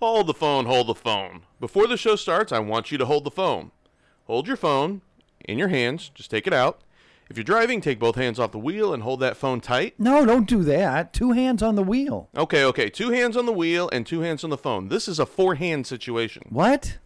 Hold the phone, hold the phone. Before the show starts, I want you to hold the phone. Hold your phone in your hands, just take it out. If you're driving, take both hands off the wheel and hold that phone tight. No, don't do that. Two hands on the wheel. Okay, okay. Two hands on the wheel and two hands on the phone. This is a four hand situation. What?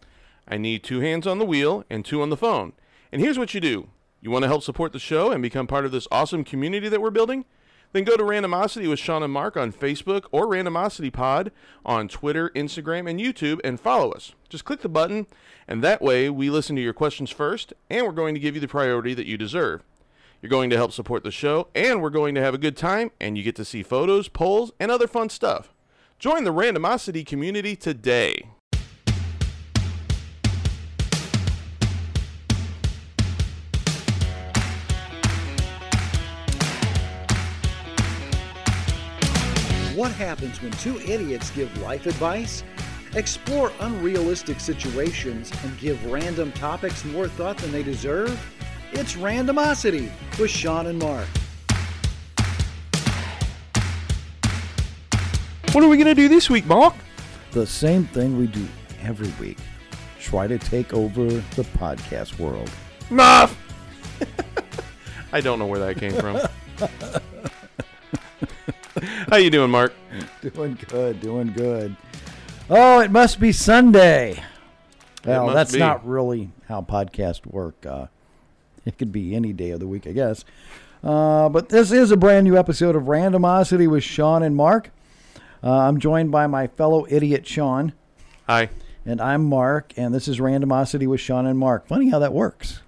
I need two hands on the wheel and two on the phone. And here's what you do you want to help support the show and become part of this awesome community that we're building? Then go to Randomosity with Sean and Mark on Facebook or Randomosity Pod on Twitter, Instagram, and YouTube and follow us. Just click the button, and that way we listen to your questions first, and we're going to give you the priority that you deserve. You're going to help support the show, and we're going to have a good time, and you get to see photos, polls, and other fun stuff. Join the Randomosity community today. What happens when two idiots give life advice? Explore unrealistic situations and give random topics more thought than they deserve? It's Randomosity with Sean and Mark. What are we going to do this week, Mark? The same thing we do every week. Try to take over the podcast world. Muff! I don't know where that came from. How you doing, Mark? Doing good, doing good. Oh, it must be Sunday. Well, must that's be. not really how podcasts work. Uh, it could be any day of the week, I guess. Uh, but this is a brand new episode of Randomosity with Sean and Mark. Uh, I'm joined by my fellow idiot, Sean, Hi. and I'm Mark, and this is Randomosity with Sean and Mark. Funny how that works.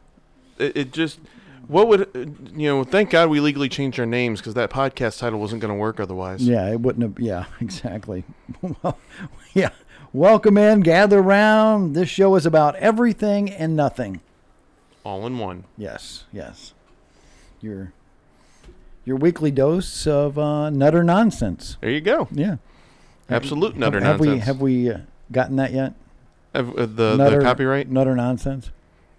It, it just, what would, you know, thank God we legally changed our names because that podcast title wasn't going to work otherwise. Yeah, it wouldn't have. Yeah, exactly. Well, yeah. Welcome in, gather round. This show is about everything and nothing. All in one. Yes, yes. Your your weekly dose of uh, nutter nonsense. There you go. Yeah. Absolute nutter have, nonsense. Have we have we uh, gotten that yet? Have, uh, the, the copyright? Nutter nonsense.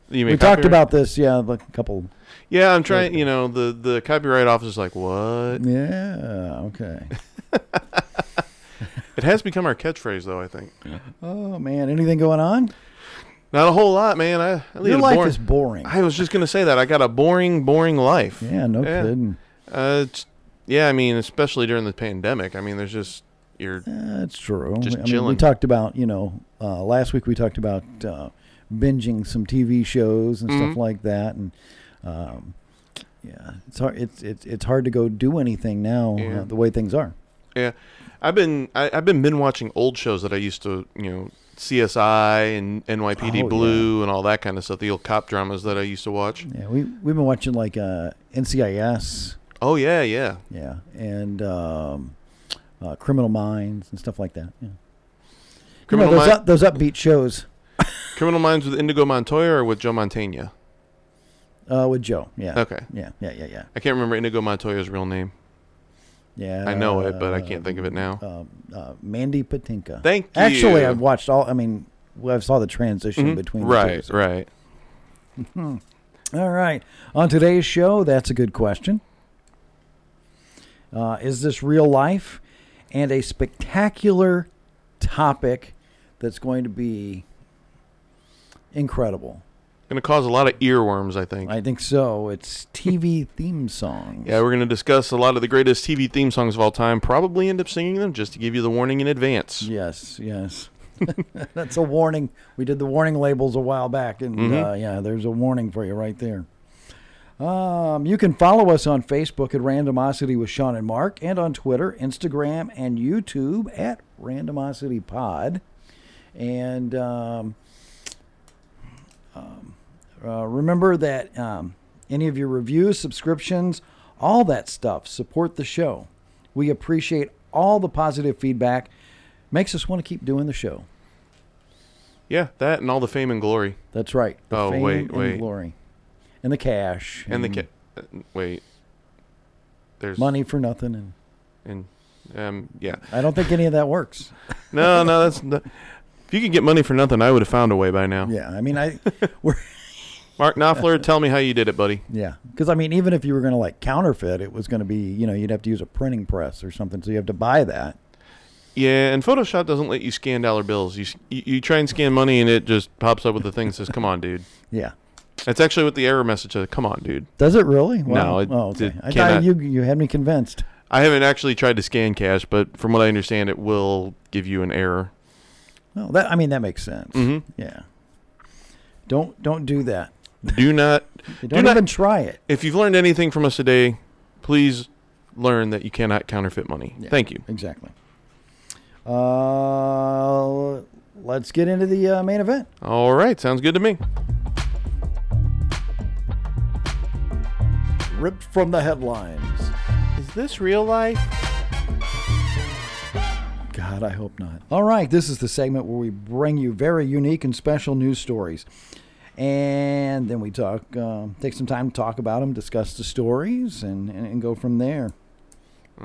You mean We copyright? talked about this. Yeah, like a couple. Yeah, I'm trying, you know, the, the copyright office is like, what? Yeah. Okay. It has become our catchphrase, though, I think. oh man, anything going on? Not a whole lot, man. I, I lead Your a life boring- is boring. I was just gonna say that I got a boring, boring life. yeah. No Yeah. kidding. Uh, it's, yeah, I mean, especially during the pandemic. I mean, there's just you're That's true. Just I Mean, we chilling. talked about, you know, uh, last week we talked about uh, binging some TV shows and Mm-hmm. stuff like that, and um, yeah, it's hard. It's it's it's hard to go do anything now Yeah. uh, the way things are. yeah. I've been I, I've been been watching old shows that I used to you know CSI and NYPD Oh, Blue and all that kind of stuff. The old cop dramas that I used to watch. Yeah, we we've been watching like uh, NCIS, Oh yeah, yeah. yeah, and um, uh, Criminal Minds and stuff like that. Yeah, Criminal you know, those, Min- up, those upbeat shows Criminal Minds with Indigo Montoya or with Joe Montana. uh, with Joe. Yeah. Okay, Yeah, yeah, yeah, yeah, I can't remember Indigo Montoya's real name. yeah. Uh, I know it, but I can't think of it now. um, uh, Mandy Patinka. Thank you. Actually, I've watched all. I mean, well, I saw the transition Mhm. between right, The two. Hmm. right. All right. On today's show, that's a good question. Uh, is this real life? And a spectacular topic that's going to be incredible. Going to cause a lot of earworms, I think. I think so. It's TV theme songs. Yeah, we're going to discuss a lot of the greatest TV theme songs of all time. Probably end up singing them just to give you the warning in advance. Yes, yes. That's a warning. We did the warning labels a while back, and uh, yeah, there's a warning for you right there. Um, you can follow us on Facebook at Randomosity with Sean and Mark, and on Twitter, Instagram, and YouTube at Randomosity Pod. And um, uh, remember that um, any of your reviews, subscriptions, all that stuff support the show. We appreciate all the positive feedback. Makes us want to keep doing the show. Yeah, that and all the fame and glory That's right. The Oh, fame wait, and wait. glory, and the cash, and the ca- uh, wait. There's Mm. money for nothing. And and um yeah. I don't think any of that works. No, no, that's not, if you could get money for nothing, I would have found a way by now. Yeah, I mean, I we're Mark Knopfler, tell me how you did it, buddy. yeah, because I mean, even if you were going to like counterfeit, it was going to be you know you'd have to use a printing press or something, so you have to buy that. Yeah, and Photoshop doesn't let you scan dollar bills. You s- you, you try and scan money, and it just pops up with the thing that says, "Come on, dude." Yeah. That's actually what the error message says. Come on, dude. Does it really? No, it- oh, okay. it I thought cannot- you you had me convinced. I haven't actually tried to scan cash, but from what I understand, it will give you an error. Well, that I mean that makes sense. Mhm. Yeah. Don't don't do that. Do not. Don't not- even try it. If you've learned anything from us today, please learn that you cannot counterfeit money. Yeah. Thank you. Exactly. Uh, let's get into the uh, main event. All right, sounds good to me. Ripped from the headlines. Is this real life? God, I hope not. All right, this is the segment where we bring you very unique and special news stories. And then we talk, uh, take some time to talk about them, discuss the stories, and, and, and go from there.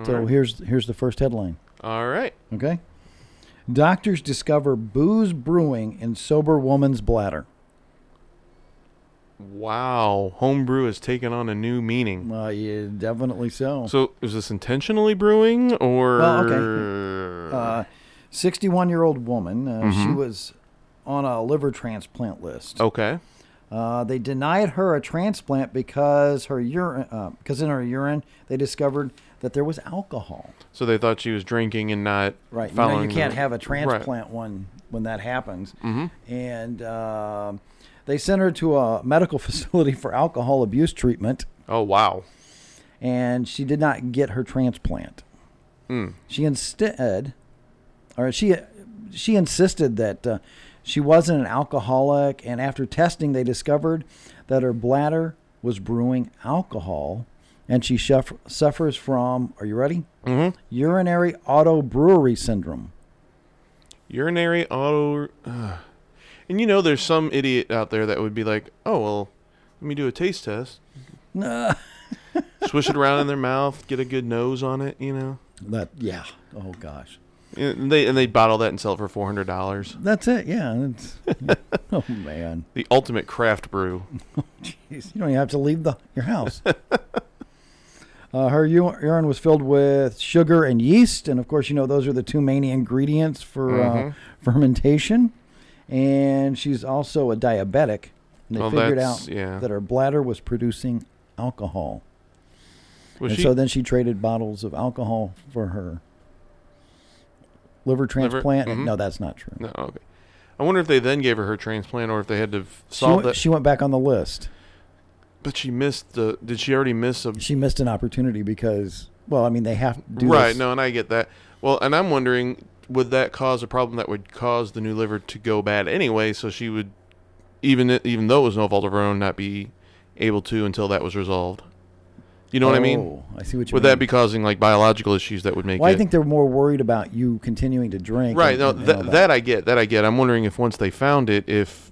so here's here's the first headline. All right. Okay. Doctors discover booze brewing in sober woman's bladder. Wow, homebrew has taken on a new meaning. Uh, yeah, definitely so. So, is this intentionally brewing or? Well, Uh, 61 year old woman. Uh, She was on a liver transplant list. okay. Uh, they denied her a transplant because her urine, uh, because in her urine they discovered that there was alcohol. So they thought she was drinking and not Right. You, know, Following you can't the- have a Right. Mm-hmm. transplant one when that happens. And um they sent her to a medical facility for alcohol abuse treatment, Oh wow. and she did not get her transplant. She instead, or she, she insisted that uh, she wasn't an alcoholic, and after testing, they discovered that her bladder was brewing alcohol, and she shuff- suffers from. Are you ready? Mm-hmm. Urinary auto brewery syndrome. Urinary auto. ugh. and you know, there's some idiot out there that would be like, "Oh well, let me do a taste test." Swish it around in their mouth, get a good nose on it. You know, That yeah. Oh gosh. and they and they bottle that and sell it for four hundred dollars. That's it. Yeah. It's, oh man. The ultimate craft brew. Jeez, you don't even have to leave the your house. uh, her u- urine was filled with sugar and yeast, and of course, you know those are the two main ingredients for uh, Mm-hmm. fermentation. And she's also a diabetic, and they Well, figured that's- out yeah. that her bladder was producing alcohol, Was and she so then she traded bottles of alcohol for her liver transplant. Mm-hmm. No, that's not true. No, okay. I wonder if they then gave her her transplant or if they had to f- She solve went, that. she went back on the list. but she missed the. Did she already miss a? she missed an opportunity because well i mean they have to do right. this. No, and I get that. Well, and I'm wondering, would that cause a problem that would cause the new liver to go bad anyway? So she would, even i- even though it was no fault of her own, not be able to until that was resolved. You know what I mean? Oh, i see what you Would mean that be causing like biological issues that would make well it? i think they're more worried about you continuing to drink right. and- No, and all th- that. that. I get. That I get. I'm wondering if once they found it, if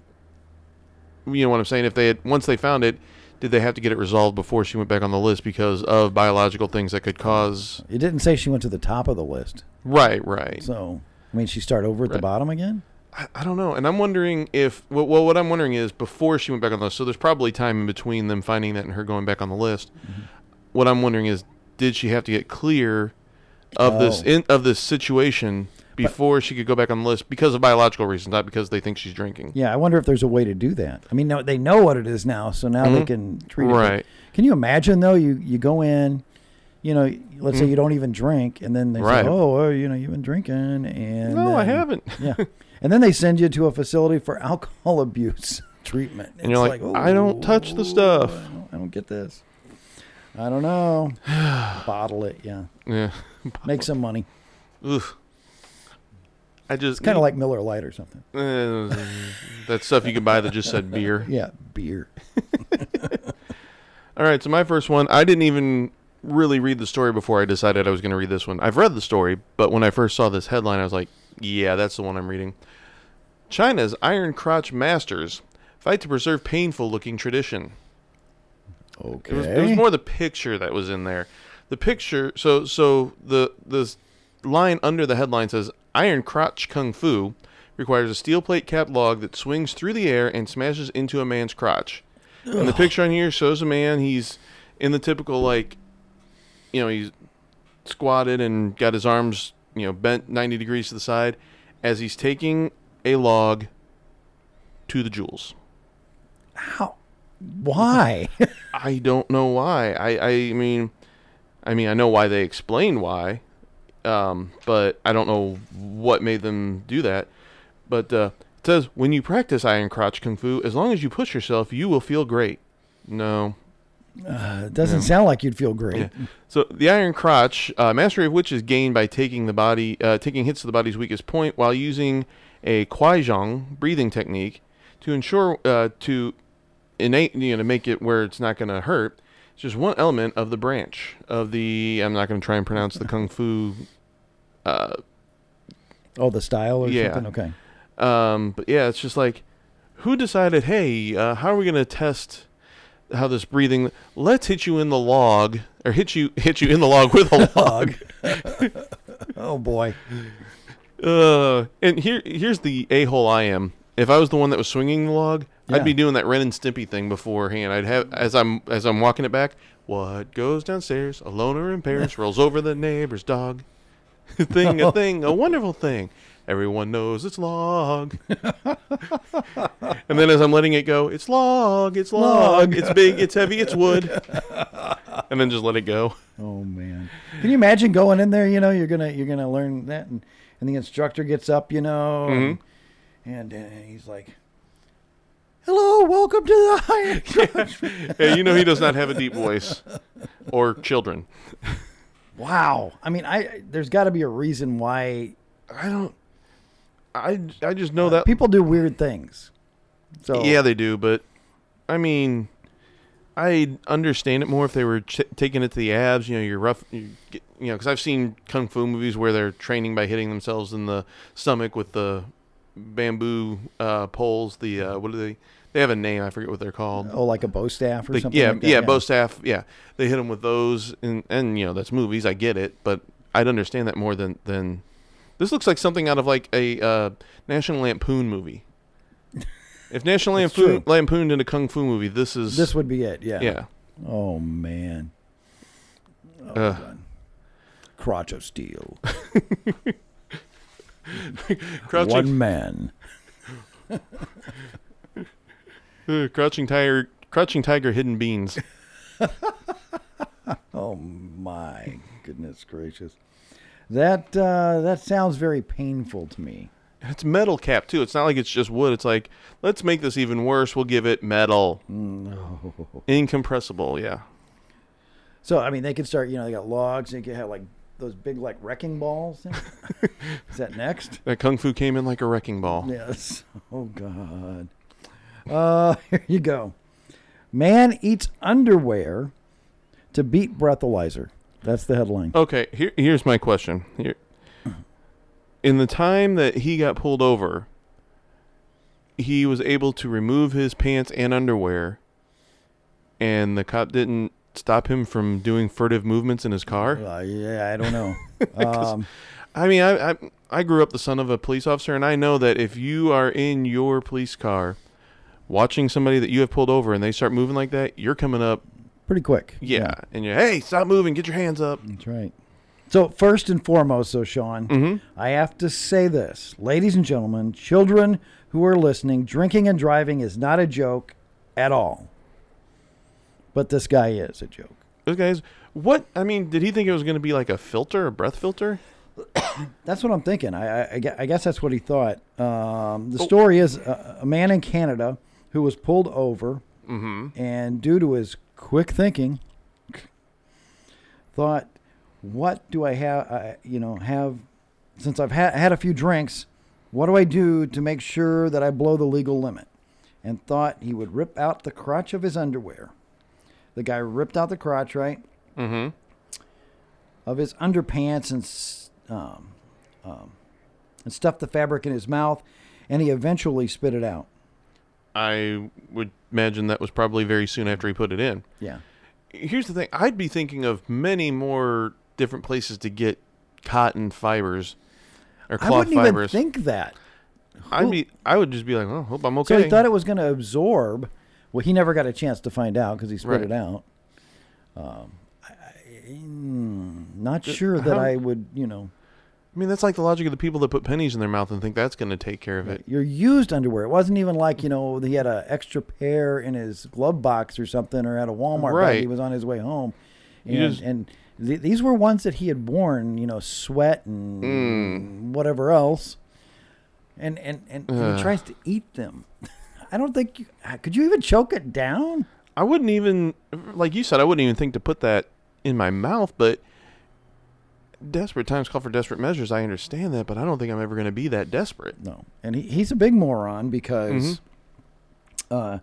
you know what I'm saying, if they had once they found it, did they have to get it resolved before she went back on the list because of biological things that could cause? it didn't say she went to the top of the list Right. Right. so i mean she started over at the Right. bottom again I, I don't know. And I'm wondering if well, well, what I'm wondering is before she went back on the list. So there's probably time in between them finding that and her going back on the list. Mm-hmm. What I'm wondering is, did she have to get clear of this Oh. in, of this situation? Before she could go back on the list because of biological reasons, not because they think she's drinking. yeah i wonder if there's a way to do that i mean no, they know what it is now so now they can treat it Mm-hmm. Right. can you imagine though you you go in you know let's say you don't even drink and then they Mm-hmm. Right. say oh, oh you know you've been drinking and No, I then- haven't. yeah. And then they send you to a facility for alcohol abuse treatment. And you're like, I don't touch the stuff. I don't, I don't get this. I don't know. Bottle it, yeah. Yeah. Make some money. Ugh. I just Kind of like Miller Lite or something. uh, that stuff you can buy that just said beer. Yeah, beer. All right, so my first one, I didn't even really read the story before I decided I was going to read this one. I've read the story, but when I first saw this headline, I was like, yeah, that's the one I'm reading. China's Iron Crotch Masters fight to preserve painful looking tradition. Okay. It was, it was more the picture that was in there. The picture. So so the this line under the headline says Iron Crotch Kung Fu requires a steel plate capped log that swings through the air and smashes into a man's crotch. And the picture on here shows a man. He's in the typical like, you know, he's squatted and got his arms you know, bent 90 degrees to the side as he's taking a log to the jewels. How? Why? I don't know why. I, I mean, I mean, I know why they explain why, um, but I don't know what made them do that. But uh, it says when you practice iron crotch kung fu, as long as you push yourself, you will feel great. No, Uh, it doesn't sound like you'd feel great. So the iron crotch, uh, mastery of which is gained by taking the body, uh, taking hits to the body's weakest point, while using a kwaijong breathing technique to ensure uh, to innate, you know, to make it where it's not going to hurt. It's just one element of the branch of the. I'm not going to try and pronounce the kung fu. Oh, the style or Yeah. something. Okay. Um, but yeah, it's just like, who decided? Hey, uh, how are we going to test? How this breathing? Let's hit you in the log, or hit you hit you in the log with a log. Oh boy. Uh, and here here's the a hole I am. If I was the one that was swinging the log, Yeah. I'd be doing that Ren and Stimpy thing beforehand. I'd have as I'm as I'm walking it back. What goes downstairs, a loner in Paris, rolls over the neighbor's dog. thing a thing, a wonderful thing. Everyone knows it's log. and then as I'm letting it go, it's log, it's log, Log. it's big, it's heavy, it's wood. and then just let it go. Oh man. Can you imagine going in there? You know, you're gonna you're gonna learn that, and, and the instructor gets up, you know, Mm-hmm. and, and uh, he's like, "Hello, welcome to the Iron Crotch." Yeah, you know he does not have a deep voice or children. Wow. I mean, I there's got to be a reason why I don't. I, I just know that. people do weird things. So Uh, yeah, they do, but I mean, I understand it more if they were ch- taking it to the abs. You know, you're rough. You, get, you know, because I've seen kung fu movies where they're training by hitting themselves in the stomach with the bamboo uh, poles. The uh, what are they? They have a name. I forget what they're called. Oh, like a bow staff or Like, something. yeah, like that, yeah, bow staff. Yeah, they hit them with those, and and you know that's movies. I get it, but I'd understand that more than than this looks like something out of like a uh, National Lampoon movie. If National Lampoon true. Lampoon did a kung fu movie, this is This would be it. Yeah. yeah. Oh man. Oh, Uh, Crotch of steel. crouching, One man. uh, crouching tiger, crouching tiger, hidden beans. Oh my goodness gracious. That uh, that sounds very painful to me. It's metal cap too. It's not like it's just wood. It's like let's make this even worse. We'll give it metal, Mm. incompressible. Yeah, So I mean, they could start. You know, they got logs. They could have like those big like wrecking balls. thing. Is that next? that kung fu came in like a wrecking ball. Yes. Oh God. Uh, here you go. Man eats underwear to beat breathalyzer. That's the headline. Okay, here, here's my question. Here, in the time that he got pulled over, he was able to remove his pants and underwear, and the cop didn't stop him from doing furtive movements in his car. Uh, yeah, I don't know. um, I mean, I, I I grew up the son of a police officer, and I know that if you are in your police car, watching somebody that you have pulled over and they start moving like that, you're coming up, pretty quick. yeah, and you're hey, stop moving, get your hands up. That's right. So, first and foremost, though, Sean, I have to say this. Ladies and gentlemen, children who are listening, drinking and driving is not a joke at all. But this guy is a joke. Those guys, what? I mean, did he think it was going to be like a filter, a breath filter? That's what I'm thinking. I, I, I gue- I guess that's what he thought. Um, the story is uh, a, a man in Canada who was pulled over, and due to his quick thinking, thought, "What do I have? I, you know, have since I've had had a few drinks, what do I do to make sure that I blow the legal limit?" And thought he would rip out the crotch of his underwear. The guy ripped out the crotch, right? of his underpants and s- um, um, and stuffed the fabric in his mouth, and he eventually spit it out. I would imagine that was probably very soon after he put it in. Yeah, Here's the thing: I'd be thinking of many more different places to get cotton fibers or I cloth wouldn't even fibers. think that. I'd be, I would just be like, "Oh, hope I'm okay." So he thought it was going to absorb. Well, he never got a chance to find out because he spit Right. it out. Um, I, I- mm, not sure that how- I would, you know. I mean, that's like the logic of the people that put pennies in their mouth and think that's going to take care of it. Your used underwear. It wasn't even like you know he had an extra pair in his glove box or something, or at a Walmart. bag Right. He was on his way home, and You just- and th- these were ones that he had worn. You know, sweat and Mm. whatever else, and and and, and he tries to eat them. I don't think you, uh, could you even choke it down. I wouldn't even, like you said, I wouldn't even think to put that in my mouth, but desperate times call for desperate measures. I understand that, but I don't think I'm ever going to be that desperate. No, and he, he's a big moron because Mm-hmm. uh,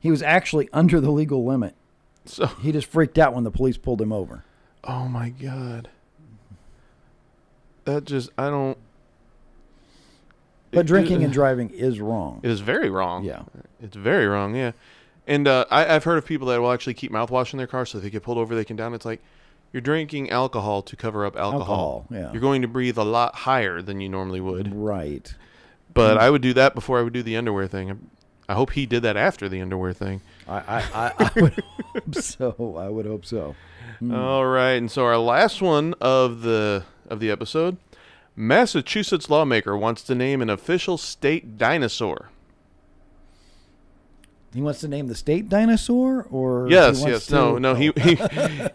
he was actually under the legal limit. So, He just freaked out when the police pulled him over. oh my God. That just, I don't. But It- drinking it- and driving is wrong. It is very wrong. Yeah. It's very wrong, yeah. And uh, I, I've heard of people that will actually keep mouthwash in their car so if they get pulled over, they can down. It's like you're drinking alcohol to cover up alcohol. Alcohol, yeah. You're going to breathe a lot higher than you normally would. Right. Mm. But I would do that before I would do the underwear thing. I hope he did that after the underwear thing. I, I, I, I would hope so. I would hope so. Mm. All right, and so our last one of the of the episode, Massachusetts lawmaker wants to name an official state dinosaur. He wants to name the state dinosaur, or Oh, he Yes, wants yes. to- no, no. oh, He, he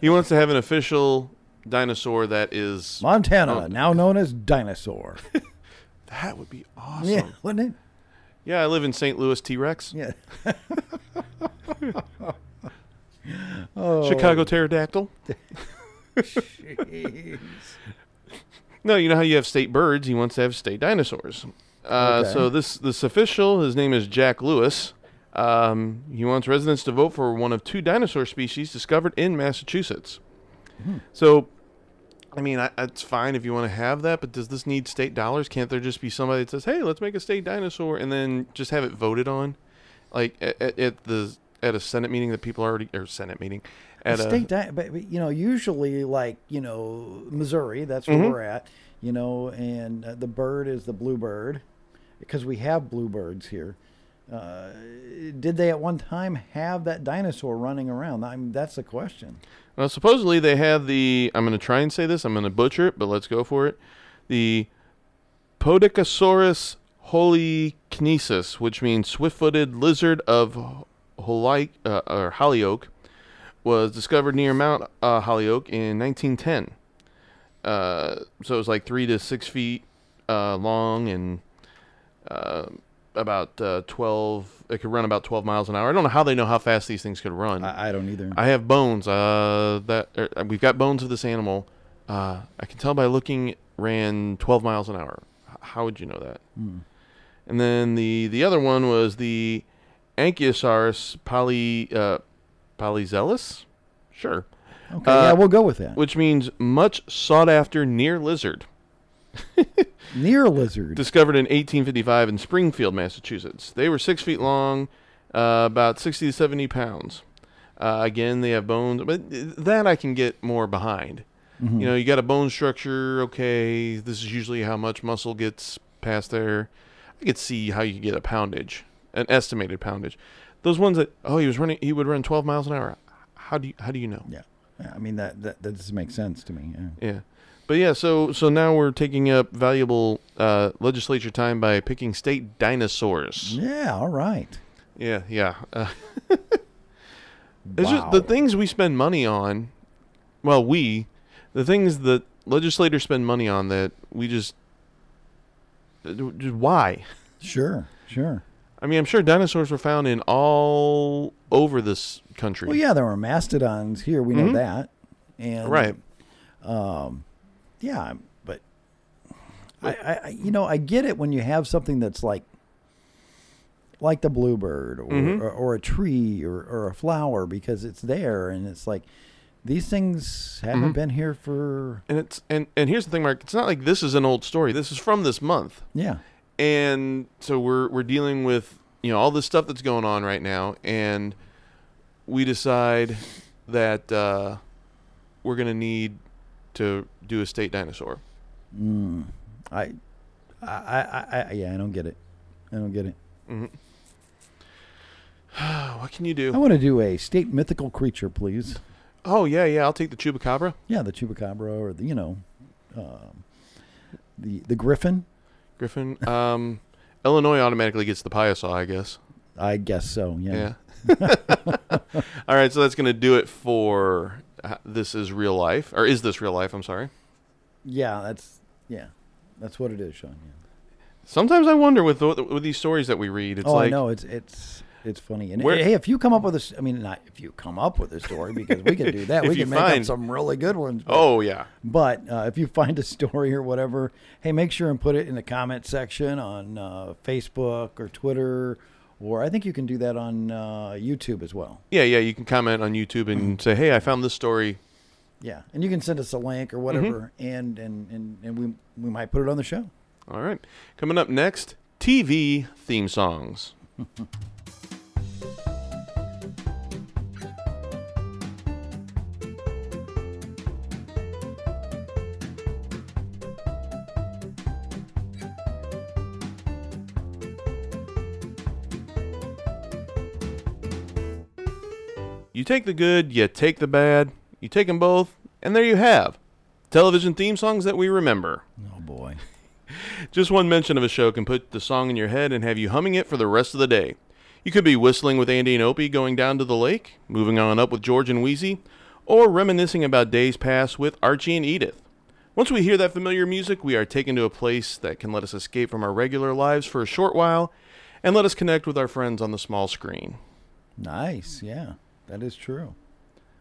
he wants to have an official dinosaur that is Montana, Oh. now known as dinosaur. that would be awesome. yeah, Yeah, wouldn't I live in St. Louis T Rex, it? Yeah. oh, Chicago pterodactyl. jeez. No, you know how you have state birds. He wants to have state dinosaurs. Uh, Okay. So this this official, his name is Jack Lewis. Um, he wants residents to vote for one of two dinosaur species discovered in Massachusetts. Hmm. So, I mean, I, it's fine if you want to have that, but does this need state dollars? Can't there just be somebody that says, "Hey, let's make a state dinosaur," and then just have it voted on, like at, at, at the at a Senate meeting that people already or Senate meeting The at a state di- but, but, you know usually like you know missouri that's where Mm-hmm. we're at you know and uh, the bird is the bluebird because we have bluebirds here uh, did they at one time have that dinosaur running around I mean, that's the question Well, supposedly they have the. I'm going to try and say this. I'm going to butcher it, but let's go for it. The Podocasaurus holykinesis, which means swift-footed lizard of Holy uh, or Hollyoak, was discovered near Mount uh, Hollyoak in 1910. Uh, so it was like three to six feet uh, long and uh, about uh, 12. It could run about 12 miles an hour. I don't know how they know how fast these things could run. i, I don't either I have bones. Uh, that er, we've got bones of this animal. Uh, I can tell by looking. Ran 12 miles an hour. H- How would you know that? And then the the other one was the Ankylosaurus poly uh, polyzelus, sure, okay uh, yeah we'll go with that which means much sought after near lizard. near lizard discovered in 1855 in Springfield, Massachusetts. They were six feet long, uh, about 60 to 70 pounds. Uh, again, they have bones, but th- that I can get more behind. You know, you got a bone structure. Okay, this is usually how much muscle gets past there. I could see how you could get a poundage, an estimated poundage. Those ones that oh, he was running, he would run 12 miles an hour. How do you how do you know? yeah Yeah, i mean that that, that doesn't make sense to me yeah. Yeah. But yeah, so so now we're taking up valuable uh, legislature time by picking state dinosaurs. yeah all right Yeah, yeah. Uh, it's just the Wow. things we spend money on. Well, we, the things that legislators spend money on that we just, uh, just why? sure sure I mean, I'm sure dinosaurs were found in all over this country. well yeah there were mastodons here we know that and Mm-hmm. Right. Yeah, but I, I, I- you know, I get it when you have something that's like, like the bluebird or or, or a tree or, or a flower because it's there and it's like these things haven't been here for And it's and and here's the thing, Mark. It's not like this is an old story. This is from this month. yeah and so we're we're dealing with you know all this stuff that's going on right now, and we decide that uh, we're gonna need to do a state dinosaur. Mm. I, I I I I- yeah I don't get it I don't get it Oh, Mm-hmm. what can you I do? want to do a state mythical creature please Oh yeah, yeah. I'll take the chupacabra. yeah the chupacabra or the you know um, the the Griffin. Griffin. Um, Illinois automatically gets the Piasaw, I guess. I guess so. Yeah. Yeah. All right, so that's going to do it for uh, this is real life or is this real life? I'm sorry. Yeah, that's yeah, that's what it is, Sean. Yeah. Sometimes I wonder with the, with these stories that we read. It's oh, like I know it's it's it's funny. And Where- hey, if you come up with a, s- I mean, not if you come up with a story because we can do that. If we you can make up find- some really good ones. But, oh yeah, but uh, if you find a story or whatever, hey, make sure and put it in the comment section on uh, Facebook or Twitter, or I think you can do that on uh, YouTube as well. yeah, yeah. You can comment on YouTube Mm. and say, hey, I found this story. Yeah, and you can send us a link or Mm-hmm. whatever, and, and and and we we might put it on the show. All right, coming up next, TV theme songs. You take the good, you take the bad, you take them both, and there you have television theme songs that we remember. Oh boy. Just one mention of a show can put the song in your head and have you humming it for the rest of the day. You could be whistling with Andy and Opie going down to the lake, moving on up with George and Wheezy, or reminiscing about days past with Archie and Edith. Once we hear that familiar music, we are taken to a place that can let us escape from our regular lives for a short while and let us connect with our friends on the small screen. Nice. Yeah, that is true.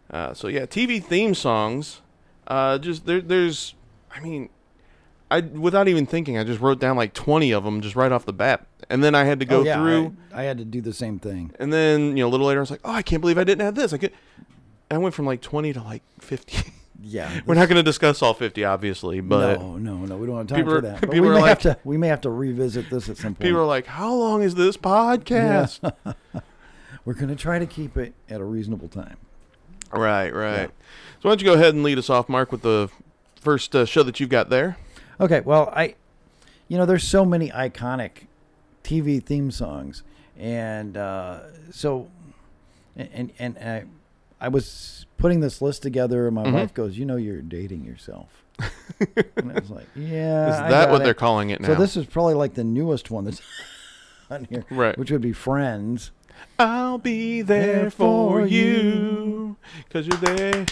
Uh, so yeah, TV theme songs. Uh, just there, there's, I mean, I without even thinking, I just wrote down like 20 of them just right off the bat, and then I had to go oh, yeah, through, I, I had to do the same thing. and then you know a little later I was like, oh, I can't believe I didn't have this. I could. I went from like 20 to like 50. Yeah. We're not going to discuss all 50, obviously, but no, no, no. We don't have time People are- for that. But we people may are have like- to. We may have to revisit this at some point. people are like, how long is this podcast? We're going to try to keep it at a reasonable time. right, right. So why don't you go ahead and lead us off, Mark, with the first uh, show that you've got there? Okay. Well, I, you know, there's so many iconic TV theme songs, and uh, so, and and, and I, I was putting this list together, and my Mm-hmm. wife goes, "You know, you're dating yourself." and I was like, "Yeah." Is Uh, I that got what it." they're calling it now? So this is probably like the newest one that's on here, Right. Which would be Friends. I'll be there for you, cause you're there.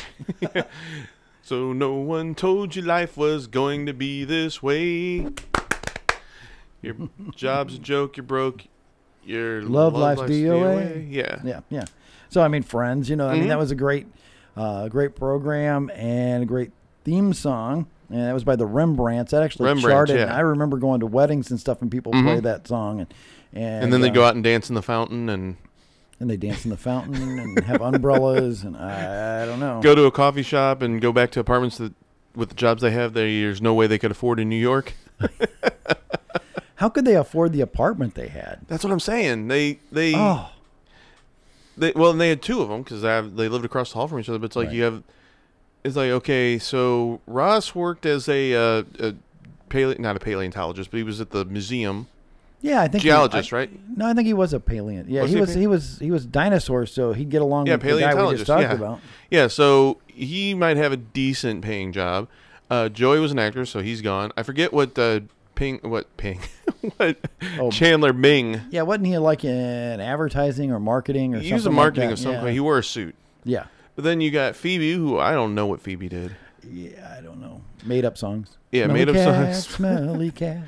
so no one told you life was going to be this way. Your job's a joke, you're broke. Your Love life life's DOA? Yeah. Yeah, yeah. So I mean, Friends. You know, I Mm-hmm. mean, that was a great, uh, great program and a great theme song, and that was by the Rembrandts. That actually Rembrandts, charted. yeah. Mm-hmm. And I remember going to weddings and stuff, and people play that song, and and, And then they uh, go out and dance in the fountain and and they dance in the fountain and have umbrellas, and I, I don't know. go to a coffee shop and go back to apartments that with the jobs they have, there's no way they could afford in New York. How could they afford the apartment they had? That's what I'm saying. They they Oh, They, well, and they had two of them because they, they lived across the hall from each other. But it's like Right. you have, it's like okay, so Ross worked as a, uh, a paleo, not a paleontologist, but he was at the museum yeah, I think he- geologist, I- right? No, I think he was a paleont. Yeah, Was he he, a was. pale- he was. He was dinosaur, so he'd get along Yeah, with the guy we paleontologist. just talked yeah, about. yeah. So he might have a decent paying job. Uh, Joey was an actor, so he's gone. I forget what uh, Ping, what Ping, what Oh. Chandler Bing. Yeah, wasn't he like in advertising or marketing or He something? was a like marketing that? of some yeah. kind. He wore a suit. yeah. But then you got Phoebe, who I don't know what Phoebe did. Yeah, I don't know. Made up songs. Yeah, Smelly made up cat, songs. Smelly cat.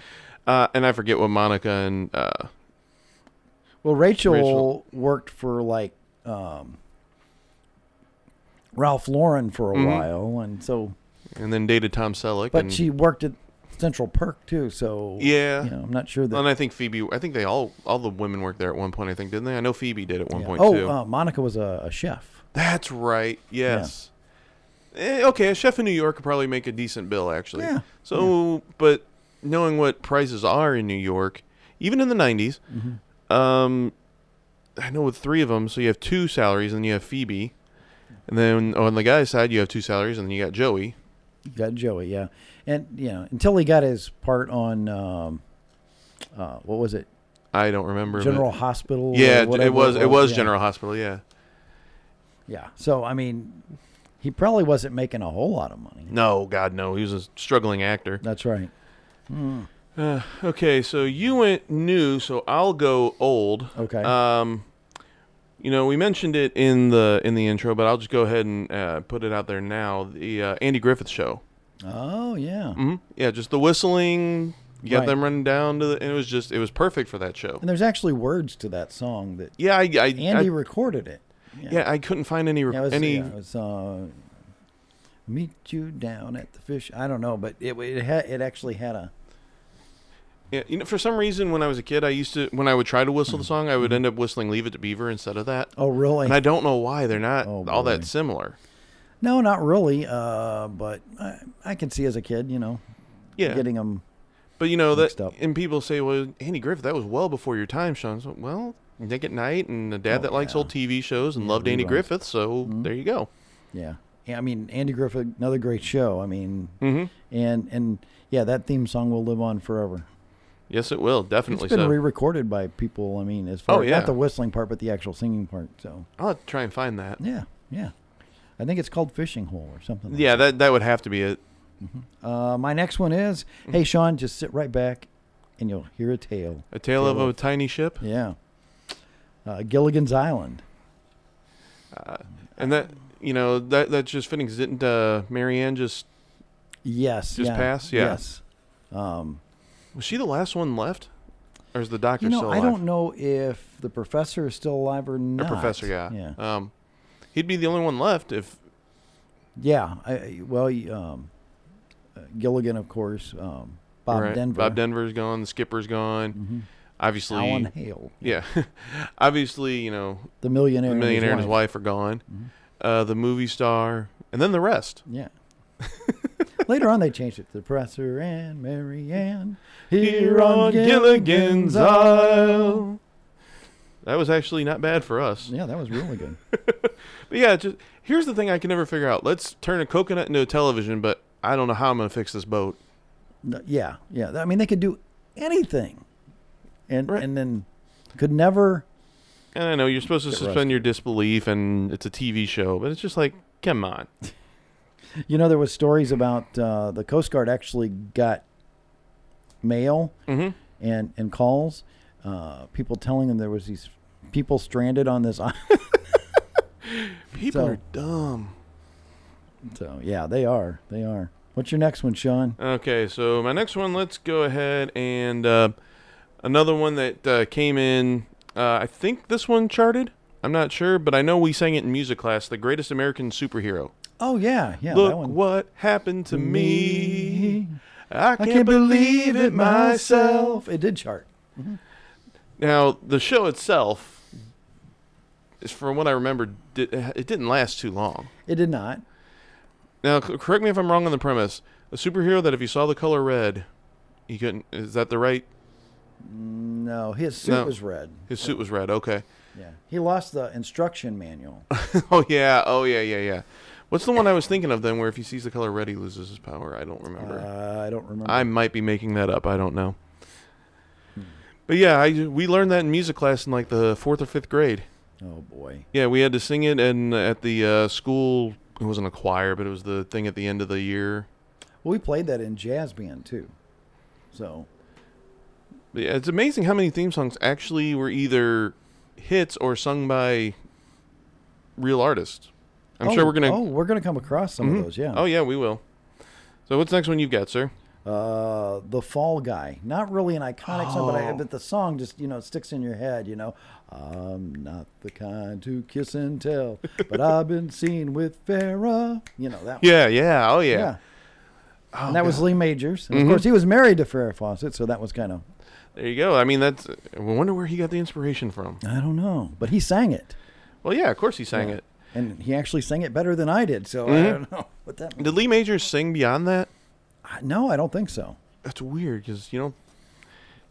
Uh, and I forget what Monica and uh, Well, Rachel, Rachel. worked for like um, Ralph Lauren for a while, and so and then dated Tom Selleck. Mm-hmm. but and, she worked at Central Perk too. So Yeah. you know, I'm not sure that. And I think Phoebe. I think they all all the women worked there at one point. I think didn't they? I know Phoebe did at one yeah. point too. Oh, uh, Monica was a, a chef. That's right. Yes. Eh, okay, a chef in New York could probably make a decent bill actually. Yeah, So, but knowing what prices are in New York, even in the 90s Mm-hmm. um, I know with three of them. So you have two salaries, and then you have Phoebe, and then on the guy's side you have two salaries, and then you got Joey. You got Joey, yeah, and you know until he got his part on um, uh, what was it, I don't remember. but- General Hospital? or Yeah, whatever it was. It was yeah. General Hospital. Yeah. Yeah. So I mean, he probably wasn't making a whole lot of money. No, God, no. He was a struggling actor. That's right. Hmm. Uh, Okay, so you went new, so I'll go old. Okay. Um, you know, we mentioned it in the in the intro, but I'll just go ahead and uh, put it out there now. The uh, Andy Griffith Show. Oh yeah. hmm Yeah, just the whistling. You got Right. them running down to the. And it was just. It was perfect for that show. And there's actually words to that song that Yeah, I. I Andy I, recorded it. yeah, I couldn't find any. Yeah, it was, any. yeah, it was, uh, meet you down at the fish. I don't know, but it it had it actually had a Yeah, you know, for some reason, when I was a kid, I used to when I would try to whistle Hmm. the song, I would end up whistling "Leave It to Beaver" instead of that, oh really and I don't know why they're not Oh, all boy. that similar. no not really uh but I, I can see as a kid you know Yeah, getting them but you know that, mixed up. and people say, "Well, Andy Griffith, that was well before your time, Sean." So, well, Nick at Night and a dad Oh, that likes old TV shows and loved Andy reruns. Griffith, so Mm-hmm. there you go. yeah yeah I mean Andy Griffith another great show I mean hmm and and yeah that theme song will live on forever Yes, it will it's definitely. been so re-recorded by people I mean as far Oh, yeah. not the whistling part but the actual singing part so I'll have to try and find that. yeah yeah I think it's called Fishing Hole or something like Yeah, that that would have to be it. Uh, my next one is, Mm-hmm. hey Sean, just sit right back, and you'll hear a tale. A tale of a tiny ship, Yeah. Uh, Gilligan's Island. Uh, and that you know that that's just fitting. 'cause Didn't uh, Marianne just Yes. Just yeah, pass? Yeah. Yes. Um, Was she the last one left, or is the doctor you know, still I alive? don't know if the professor is still alive or Or not. professor, yeah. Yeah. Um, he'd be the only one left if. yeah. I- I, well, y- um, uh, Gilligan, of course. Um, Bob right, Denver. Mm-hmm. Bob Denver's gone. The skipper's gone. Obviously, Alan Hale, yeah. Obviously, you know, the millionaire. the and his millionaire and his wife. Mm-hmm. wife are gone. Uh, the movie star, and then the rest. Yeah. Later on, they changed it to Professor and Mary Ann. Here on Gilligan's Isle. That was actually not bad for us. Yeah, that was really good. But yeah, just here's the thing I can never figure out. Let's turn a coconut into a television, but I don't know how I'm going to fix this boat. No, yeah, yeah. I mean, they could do anything, and Right. and then could never. And I know you're supposed to suspend rusty. your disbelief, and it's a TV show, but it's just like, come on. You know, there was stories about uh, the Coast Guard actually got mail Mhm. and and calls, uh, people telling them there was these people stranded on this island. People So- are dumb. so yeah, they are, they are. What's your next one, Sean? Okay, so my next one, let's go ahead and uh, another one that uh, came in. Uh, I think this one charted. I'm not sure, but I know we sang it in music class. The greatest American superhero. Oh yeah, yeah, that Look one. what happened to me. I I can't, believe it myself. It did chart. Now, the show itself, is from what I remember, did, it didn't last too long. It did not. Now, c- correct me if I'm wrong on the premise. A superhero that if you saw the color red, he couldn't. Is that the right? No, his suit No. was red. His suit was red. Okay. Yeah, he lost the instruction manual. Oh yeah. Oh yeah. Yeah yeah. What's the one I was thinking of then, where if he sees the color red, he loses his power? I don't remember. Uh, I don't remember. I might be making that up. I don't know. Hmm. But yeah, I, we learned that in music class in like the fourth or fifth grade. oh boy. Yeah, we had to sing it, and at the uh, school, it wasn't a choir, but it was the thing at the end of the year. Well, we played that in jazz band too. So But yeah, it's amazing how many theme songs actually were either hits or sung by real artists. I'm oh, sure we're gonna. Oh, we're gonna come across some Mhm. of those. Yeah. Oh yeah, we will. So what's next one you've got, sir? Uh, the Fall Guy. Not really an iconic song, but I, Oh. but the song just you know sticks in your head. You know, I'm not the kind to kiss and tell, but I've been seen with Farrah. You know that. one. Yeah, yeah, oh yeah. Oh, Mm-hmm. and that was Lee Majors. And Of course, he was married to Farrah Fawcett, so that was kind of There you go. I mean, that's. I wonder where he got the inspiration from. I don't know, but he sang it, Well, yeah, of course he sang it. and he actually sang it better than I did. So Mm-hmm. I don't know what that. Did Lee Majors sing beyond that? I- No, I don't think so. That's weird because you know,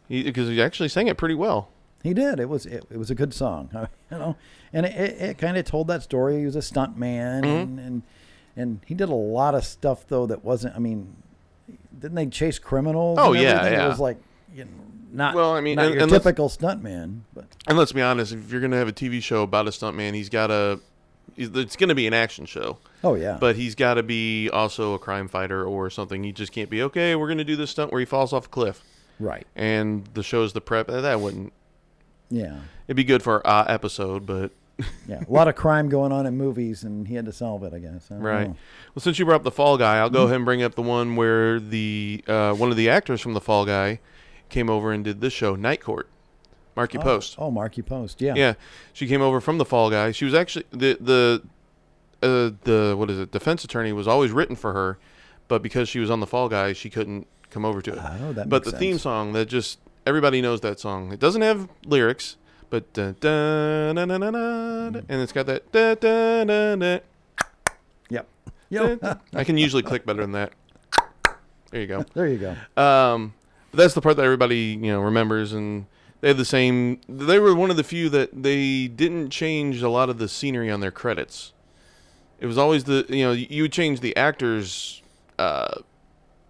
because he, actually sang it pretty well. He did. It was it, it was a good song, you know, and it, it, it kind of told that story. He was a stunt man, Mm-hmm. and, and and he did a lot of stuff though that wasn't. I mean, didn't they chase criminals? Oh, and yeah, everything? yeah. It was like you know, not Well, I mean, not and- your and let's- typical stunt man, but And let's be honest, if you're gonna have a TV show about a stuntman, he's gotta it's going to be an action show. Oh yeah. But he's got to be also a crime fighter or something. He just can't be okay. We're going to do this stunt where he falls off a cliff, right. and the show's the prep. Uh, That wouldn't. Yeah. It'd be good for our episode, but Yeah. A lot of crime going on in movies, and he had to solve it. I guess. I don't right. know. Well, since you brought up the Fall Guy, Mm-hmm. I'll go ahead and bring up the one where the uh, one of the actors from the Fall Guy came over and did this show, Night Court. Marky Post. Oh, Marky Post. Yeah. Yeah, she came over from the Fall Guy. She was actually the the uh, the what is it? Defense attorney was always written for her, but because she was on the Fall Guy, she couldn't come over to it. Oh, that but makes the theme sense. song that just everybody knows that song. It doesn't have lyrics, but da, da, na, na, na, na, Mm-hmm. and it's got that da, da, da, da, Yep. da, Yep. da. I can usually click better than that. There you go. there you go. Um, but that's the part that everybody you know remembers, and they had the same. They were one of the few that they didn't change a lot of the scenery on their credits. It was always the you know you would change the actors' uh,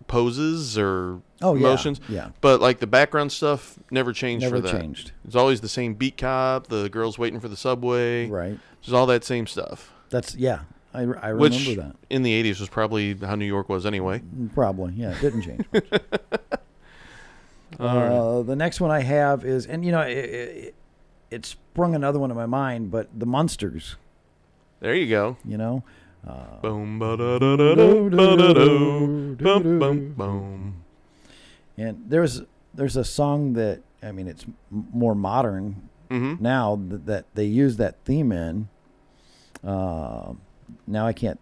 poses or Oh, yeah, motions, yeah. But like the background stuff never changed. Never for that. changed. It's always the same beat cop, the girls waiting for the subway, Right. Just all that same stuff. That's yeah. I, I remember Which that. in the '80s was probably how New York was anyway. Probably, yeah. It didn't change. much. uh, the next one I have is, and you know, it, it, it sprung another one in my mind, but the monsters. There you go. You know, Boom, ba-da-da-da-da, ba-da-do, bum, bum, bum. and there's there's a song that I mean, it's m- more modern now that, that they use that theme in. Uh, now I can't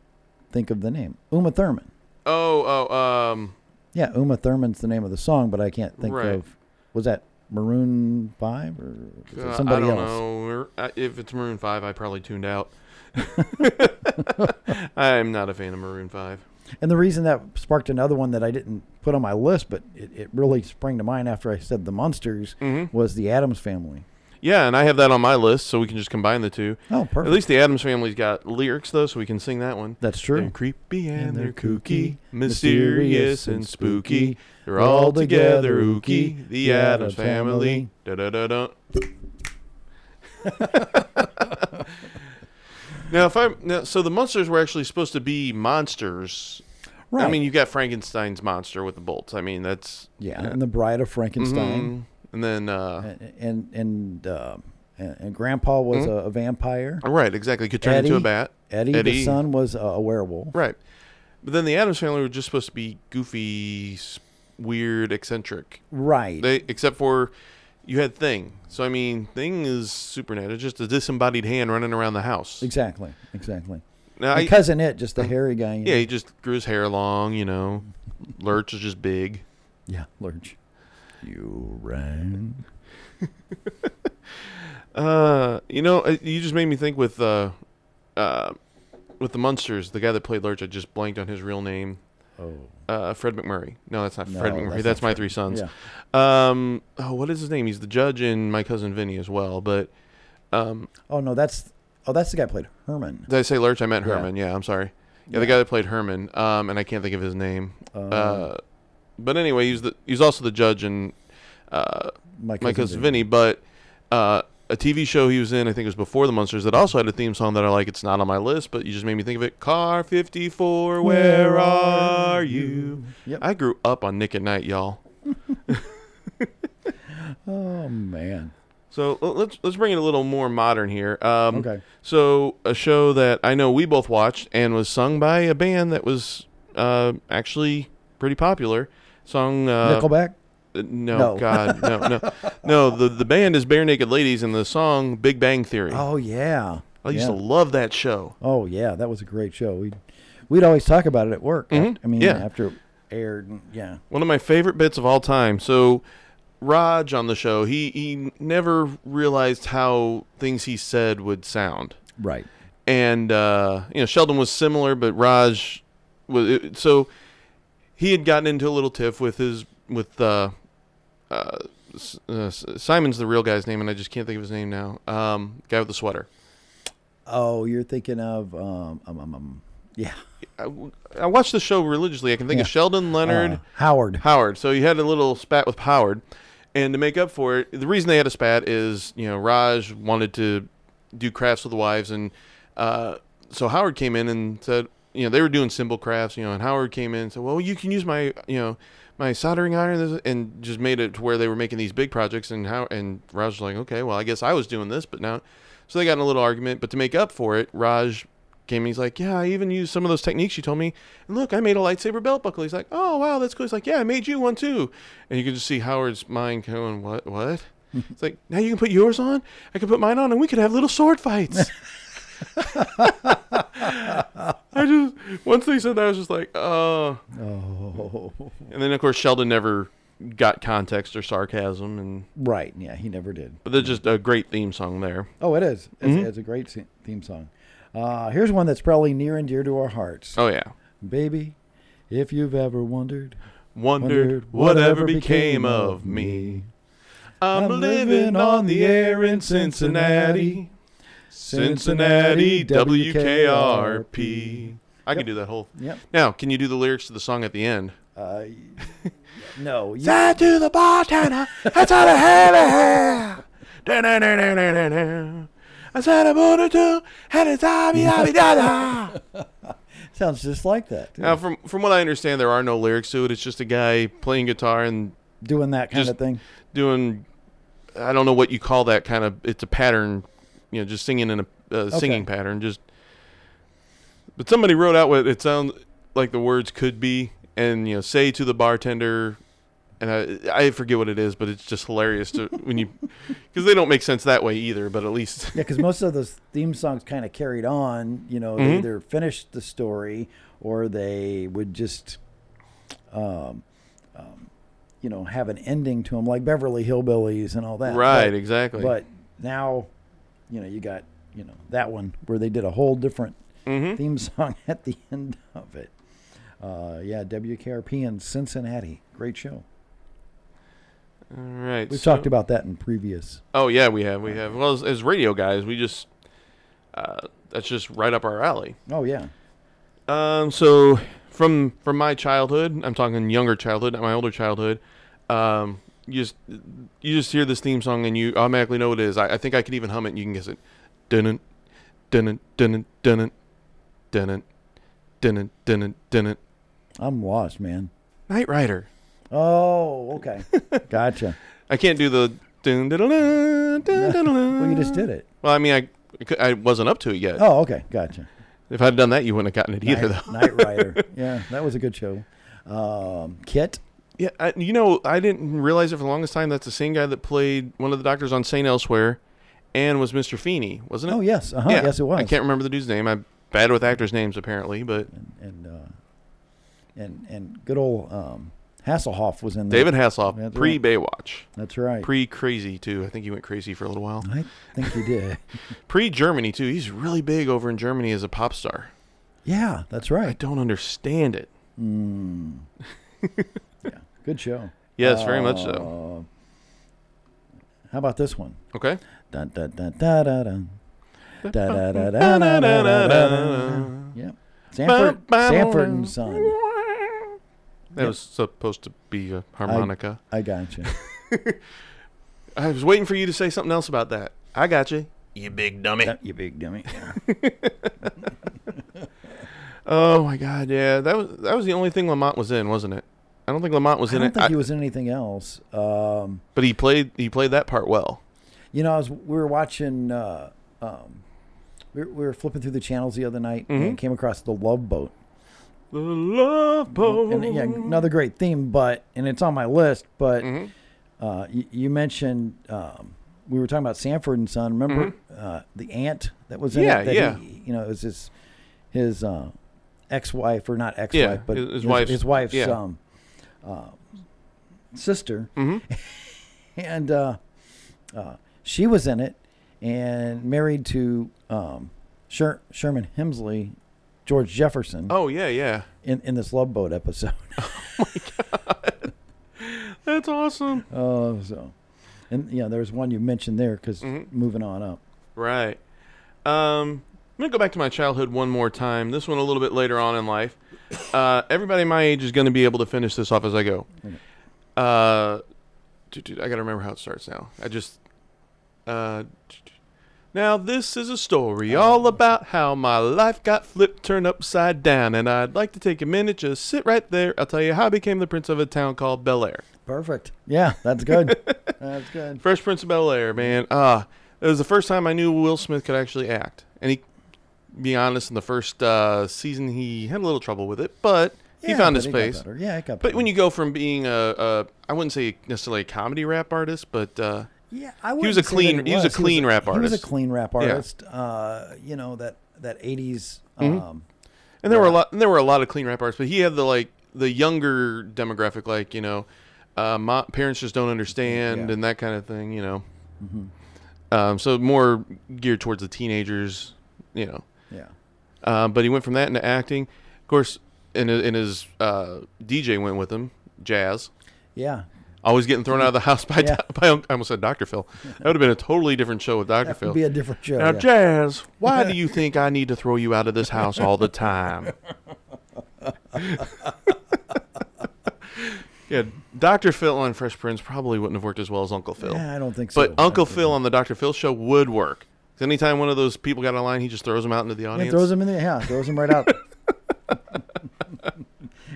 think of the name. Uma Thurman. Oh, oh, um, Yeah, Uma Thurman's the name of the song, but I can't think Right. of. Was that Maroon Five or was it uh, somebody I don't else? know. We're- I- If it's Maroon Five, I probably tuned out. I'm not a fan of Maroon Five. And the reason that sparked another one that I didn't put on my list, but it, it really sprang to mind after I said the Munsters, was the Adams Family. Yeah, and I have that on my list, so we can just combine the two. Oh, perfect. At least the Adams Family's got lyrics though, so we can sing that one. That's They're true. creepy and, And they're they're kooky, kooky, mysterious mysterious and and spooky. spooky. They're all together ooky, the Adams Addams family. Da da da da. Now, if I now, so the monsters were actually supposed to be monsters. I Right. mean, you got Frankenstein's monster with the bolts. I mean, that's yeah, and the Bride of Frankenstein, mm, and then uh, and and and, uh, and and Grandpa was Mm-hmm. a, a vampire. right, exactly. Could turn into a Eddie- bat. Eddie, the son, was a, a werewolf. Right. But then the Adams family were just supposed to be goofy, s- weird, eccentric. Right. They except for you had Thing. So I mean, Thing is supernatural. It's just a disembodied hand running around the house. exactly. Exactly. Now, I- And cousin it, just the hairy guy. you yeah, know. he just grew his hair long. You know, Lurch is just big. Yeah. Lurch. You ran. Uh, you know, uh, you just made me think with uh, uh, with the Munsters, the guy that played Lurch. I just blanked on his real name. Oh. Uh, Fred McMurray. No, that's not Fred No, McMurray. That's, that's not my Fred. three sons. Yeah. Um, oh, what is his name? He's the judge in My Cousin Vinny as well. But um, Oh no, that's oh that's the guy who played Herman. Did I say Lurch? I meant Yeah. Herman. Yeah, I'm sorry. Yeah, the guy that played Herman, um, and I can't think of his name. uh, but anyway, he's the he's also the judge in uh, My My Cousin Cousin Vinny. But uh, a TV show he was in, I think it was before the Munsters, that also had a theme song that I like. It's not on my list, but you just made me think of it. Car 54, where, Where are are you? Yep. I grew up on Nick at Night, y'all. Oh man. So l- let's let's bring it a little more modern here. Um, Okay. So a show that I know we both watched and was sung by a band that was uh, actually pretty popular. Song uh, Nickelback? uh, No, No. God, no, no, no. The the band is Bare Naked Ladies, and the song Big Bang Theory. Oh yeah. I used yeah. to love that show. Oh yeah, that was a great show. We we'd always talk about it at work. After, I Mm-hmm. mean, Yeah. after it aired, and- yeah. One of my favorite bits of all time. So Raj on the show, he he never realized how things he said would sound. Right. and uh, you know Sheldon was similar, but Raj was it, so he had gotten into a little tiff with his with uh, uh, S- uh, S- Simon's the real guy's name, and I just can't think of his name now. Um, guy with the sweater. Oh, you're thinking of um um um, um yeah. I, w- I watched the show religiously. I can think of Yeah. Sheldon Leonard. Uh, Howard. Howard. So he had a little spat with Howard, and to make up for it, the reason they had a spat is you know Raj wanted to do crafts with the wives, and uh, so Howard came in and said, you know, they were doing symbol crafts, you know, and Howard came in and said, well, you can use my, you know, my soldering iron this- and just made it to where they were making these big projects and how and Raj was like, okay, well, I guess I was doing this, but now, so they got in a little argument, but to make up for it, Raj came and he's like, yeah, I even used some of those techniques you told me, and look, I made a lightsaber belt buckle. He's like, oh wow, that's cool. He's like, yeah, I made you one too, and you can just see Howard's mind going, what, what? It's like now you can put yours on. I can put mine on, and we could have little sword fights. I just once they said that, I was just like, oh. Oh, And then of course Sheldon never got context or sarcasm, and right. Yeah, he never did. but there's just a great theme song there. Oh, it is. It's, Mm-hmm. it's a great se- theme song. Uh, here's one that's probably near and dear to our hearts. Oh yeah, Baby, if you've ever wondered, wondered whatever became of me. I'm living on the air in Cincinnati, Cincinnati, WKRP. I can do that whole. Yep. Now, can you do the lyrics to the song at the end? Uh, no, you, Said to the bartender, I said a heavy hair. Da-na-na-na-na-na. I said a butter too, and it's abby abby da da. sounds just like that. Now, from from what I understand, there are no lyrics to it. It's just a guy playing guitar and Doing that kind of Just- thing. doing. I don't know what you call that kind of. It's a pattern, you know, just singing in a uh, singing pattern. Just, but somebody wrote out what it sounds like the words could be, and you know, say to the bartender, and I I forget what it is, but it's just hilarious to when you because they don't make sense that way either. But at least Yeah, because most of those theme songs kind of carried on. You know, Mm-hmm. they either finished the story or they would just, um, um, you know, have an ending to them, like Beverly Hillbillies and all that. right, But- exactly. But now, you know, you got you know that one where they did a whole different theme song at the end of it. Uh, yeah, WKRP in Cincinnati, great show. all right, We've so- talked about that in previous. Oh yeah, we have, we have. Well, as, as radio guys, we just uh, that's just right up our alley. Oh yeah, Um, so from from my childhood, I'm talking younger childhood, not my older childhood. Um, you just you just hear this theme song and you automatically know what it is. I, I think I could even hum it and you can guess it. Dun dun dun dun dun dun dun dun I'm lost, man. Night Rider. Oh, okay, gotcha. I can't do the dun dun dun dun. Well, you just did it. Well, I mean, I- I cou- I wasn't up to it yet. Oh, okay, gotcha. If I'd done that, you wouldn't have gotten it either, Night, though. Night Rider. Yeah, that was a good show. Um, Kit. Yeah, I, you know, I didn't realize it for the longest time. That's the same guy that played one of the doctors on Saint Elsewhere, and was Mister Feeney, wasn't it? Oh yes, uh-huh. Yeah. yes it was. I can't remember the dude's name. I'm bad with actors' names apparently, but and uh, and and good old um, Hasselhoff was in there. David Hasselhoff, That's pre right. Baywatch, That's right. pre Crazy too. I think he went crazy for a little while. I think he did. Pre Germany too. He's really big over in Germany as a pop star. yeah, that's I right. Mm. don't understand it. Good show. Yes, very much so. Uh, How about this one? Okay. Dun, dun, dun, da, da, dun. Da, da, da, da, da, da, da, da, da. Yep. Sanford, Sanford and Son. That was supposed to be a harmonica. I got you. I was waiting for you to say something else about that. I got you. You big dummy. you big dummy. Yeah. Oh my god, yeah. That was that was the only thing Lamont was in, wasn't it? I don't think Lamont was I in don't it. think I- he was in anything else. Um, but he played he played that part well. You know, I was, we were watching, uh, um, we, were- we were flipping through the channels the other night Mm-hmm. and came across The Love Boat. The love boat. And yeah, another great theme, but, and it's on my list, but Mm-hmm. uh, you, you mentioned, um, we were talking about Sanford and Son. Remember uh, the aunt that was in Mm-hmm. Yeah, it? That yeah. He, you know, it was his, his uh, ex wife, or not ex wife, Yeah, but his- his wife's- his wife's yeah. um, uh, sister. Mm-hmm. and uh, uh, she was in it and married to um, Sher- Sherman Hemsley, George Jefferson, Oh yeah, yeah. in, in this Love Boat episode. That's awesome. Oh, so and yeah, there's one you mentioned there because Mm-hmm. moving on up. Right. Um, I'm gonna go back to my childhood one more time. This one a little bit later on in life. Uh, everybody my age is gonna be able to finish this off as I go. Uh, dude, dude, I gotta remember how it starts now. I just. Uh, Now, this is a story all about how my life got flipped, turned upside down, and I'd like to take a minute, just sit right there. I'll tell you how I became the prince of a town called Bel Air. Perfect. Yeah, that's good. that's good. Fresh Prince of Bel Air, man. Ah, it was the first time I knew Will Smith could actually act. And he, be honest, in the first uh, season, he had a little trouble with it, but he Yeah, found but his it got pace. better. Yeah, it got But better. when you go from being a, a I wouldn't say necessarily a comedy rap artist, but uh, Yeah, I was wouldn't a say clean- that he was a clean rap He was artist. a clean rap artist. Uh, you know that that '80s. Mm-hmm. Um, and there were a lot, and there were a lot of clean rap artists, but he had the like the younger demographic, like you know, uh, my parents just don't understand Yeah. Mm-hmm. and that kind of thing, you know. Um, so more geared towards the teenagers, you know. yeah, Um, but he went from that into acting. Of course, and, and his uh, DJ went with him, jazz. yeah. Always getting thrown out of the house by, Yeah. by I almost said Dr. Phil. That would have been a totally different show with Dr. That Phil. would be a different show. now, yeah. Jazz, why do you think I need to throw you out of this house all the time? yeah, Dr. Phil on Fresh Prince probably wouldn't have worked as well as Uncle Phil. Yeah, I don't think so. But Uncle I- Phil on the Dr. Phil show would work. 'Cause Anytime one of those people got a line, he just throws them out into the Yeah, audience. throws him in the yeah, throws him right out.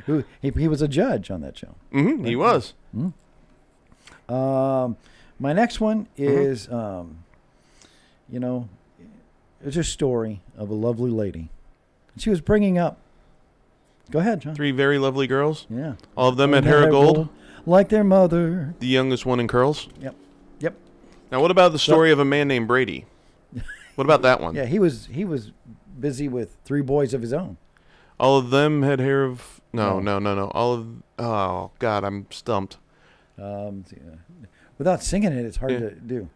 Who he, he was a judge on that show. hmm he was. Um, my next one Mm-hmm. is, um, you know, it's a story of a lovely lady. She was bringing up. Go ahead, John. Three very lovely girls. Yeah. All of them had Another hair of gold. like their mother. The youngest one in curls. Yep. Yep. Now, what about the story of a man named Brady? What about that one? Yeah, he was he was busy with three boys of his own. All of them had hair of. No, no, no, no. All of. Oh, God, I'm stumped. Um, t- uh, without singing it, it's hard Yeah. to do.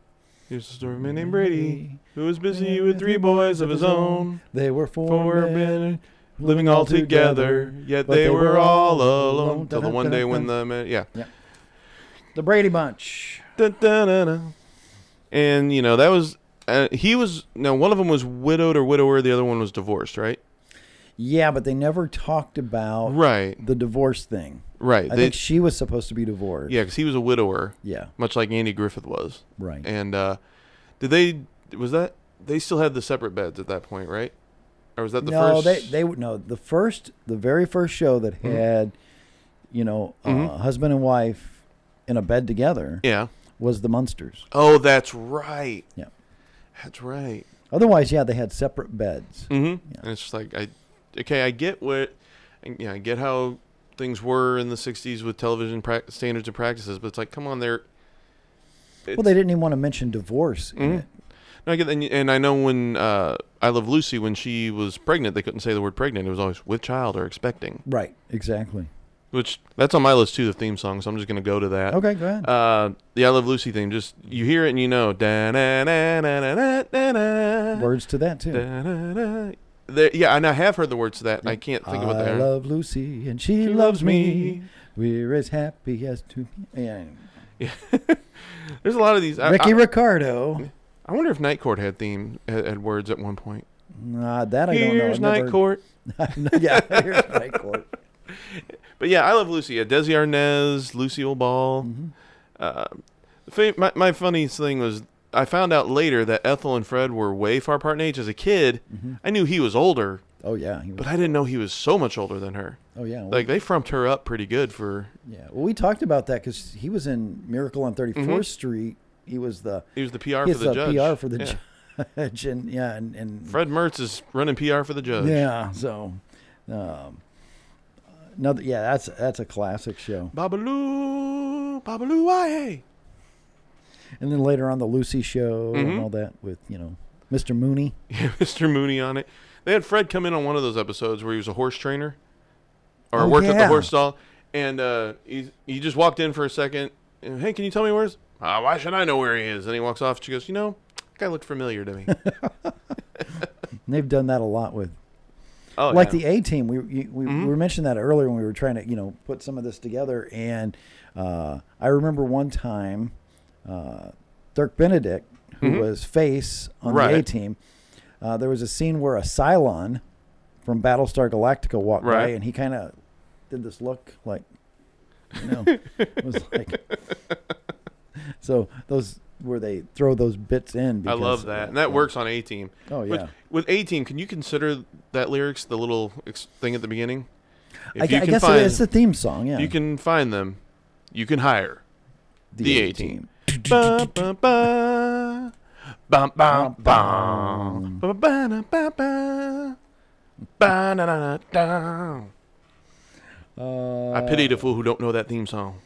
Here's the story of a man named Brady who was busy with three boys of his own. They were four, Four men. men living all together, yet but they were all alone. Till the one day when the. man- Yeah. the Brady Bunch. Dun, dun, dun, dun. And, you know, that was. Uh, he was. Now, one of them was widowed or widower, the other one was divorced, right? Yeah, but they never talked about Right. the divorce thing. Right. Oh. I They- think she was supposed to be divorced. Yeah, because he was a widower, Yeah. much like Andy Griffith was. Right. And uh, did they? Was that they still had the separate beds at that point, right? Or was that the no, first? Mm-hmm. they they would no the first the very first show that had, you know, uh, husband and wife in a bed together Yeah. was the Munsters. Oh, that's right. Yeah. That's right. Otherwise, yeah, they had separate beds. Mm-hmm. And it's just like I, okay, I get what, and, yeah, I get how things were in the '60s with television pra- standards and practices, but it's like, come on, there. Well, they didn't even want to mention divorce. in Mm-hmm. it. No, I get that, and, and I know when uh, I Love Lucy, when she was pregnant, they couldn't say the word pregnant. It was always with child or expecting. Right. Exactly. Which that's on my list too, the theme song. So I'm just gonna go to that. Okay. Go ahead. Uh, the I Love Lucy theme. Just you hear it and you know. Da-na-na-na-na-na-na. Words to that too. Da-na-na. There, yeah, and I have heard the words to that. and I can't think of what they I are. love Lucy and she, loves loves me. me. We're as happy as two. Yeah. There's a lot of these. I, Ricky I, Ricardo. I wonder if Night Court had theme uh, had, had words at one point. Nah, Uh, that I don't know. Mm-hmm. Here's I've Night never- Court. yeah, here's Night Court. But yeah, I love Lucy. Yeah, Desi Arnaz, Lucille Ball. Mm. Mm-hmm, Uh, fa- my my funniest thing was I found out later that Ethel and Fred were way far apart in age. As a kid, I knew he was older, mm-hmm. Oh yeah, he was- but I didn't know he was so much older than her. oh yeah, well, Like they frumped her up pretty good for yeah. Well, we talked about that because he was in Miracle on 34th Street. He was the he was the PR he Mm-hmm. for was the judge. PR for the Yeah. judge, and yeah, and, and Fred Mertz is running PR for the judge. yeah. So, um, another yeah, that's that's a classic show. Babaloo, Babaloo, aye. And then later on the Lucy show and all that with you know Mr. Mooney. Yeah, Mr. Mooney on it. They had Fred come in on one of those episodes where he was a horse trainer or Oh, worked at the yeah. horse stall. And uh, he, he just walked in for a second. And, hey, can you tell me where's? Uh, why should I know where he is? And he walks off. She goes, you know, guy looked familiar to me. And they've done that a lot with Oh, like yeah. Mm-hmm. the A team. We you- we, we were mentioning that earlier when we were trying to you know put some of this together. And uh, I remember one time uh, Dirk Benedict, who was face on Mm-hmm. Right. the A team, uh, there was a scene where a Cylon from Battlestar Galactica walked by, Right. and he kind of did this look like, you know, it was like. So those where they throw those bits in. I Because, uh, love that, and that works on A Team. Oh, With- yeah. With A Team, can you consider that lyrics the little ex- thing at the beginning? If I, you I can guess find, it's the theme song. Yeah, you can find them. You can hire the A Team. Ba, ba, ba. Bum, bum, bum. Ba, ba, da, ba, ba. Ba, na, na, na, da. Uh, I pity the fool who don't know that theme song.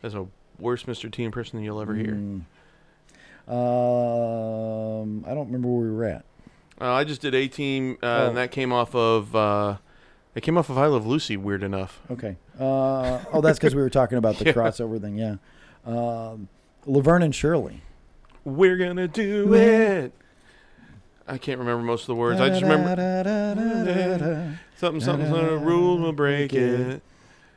That's a worse Mr. T impression than you'll ever hear. Hmm. um, I don't remember where we were at. Uh, I just did A Team, uh, Oh. and that came off of uh, it came off of I Love Lucy. Weird enough. Okay. Uh, oh, that's because we were talking about the Yeah. crossover thing. Yeah. Um, Laverne and Shirley. We're gonna do it. I can't remember most of the words. I just remember remember. something, something, something. Rules will break it.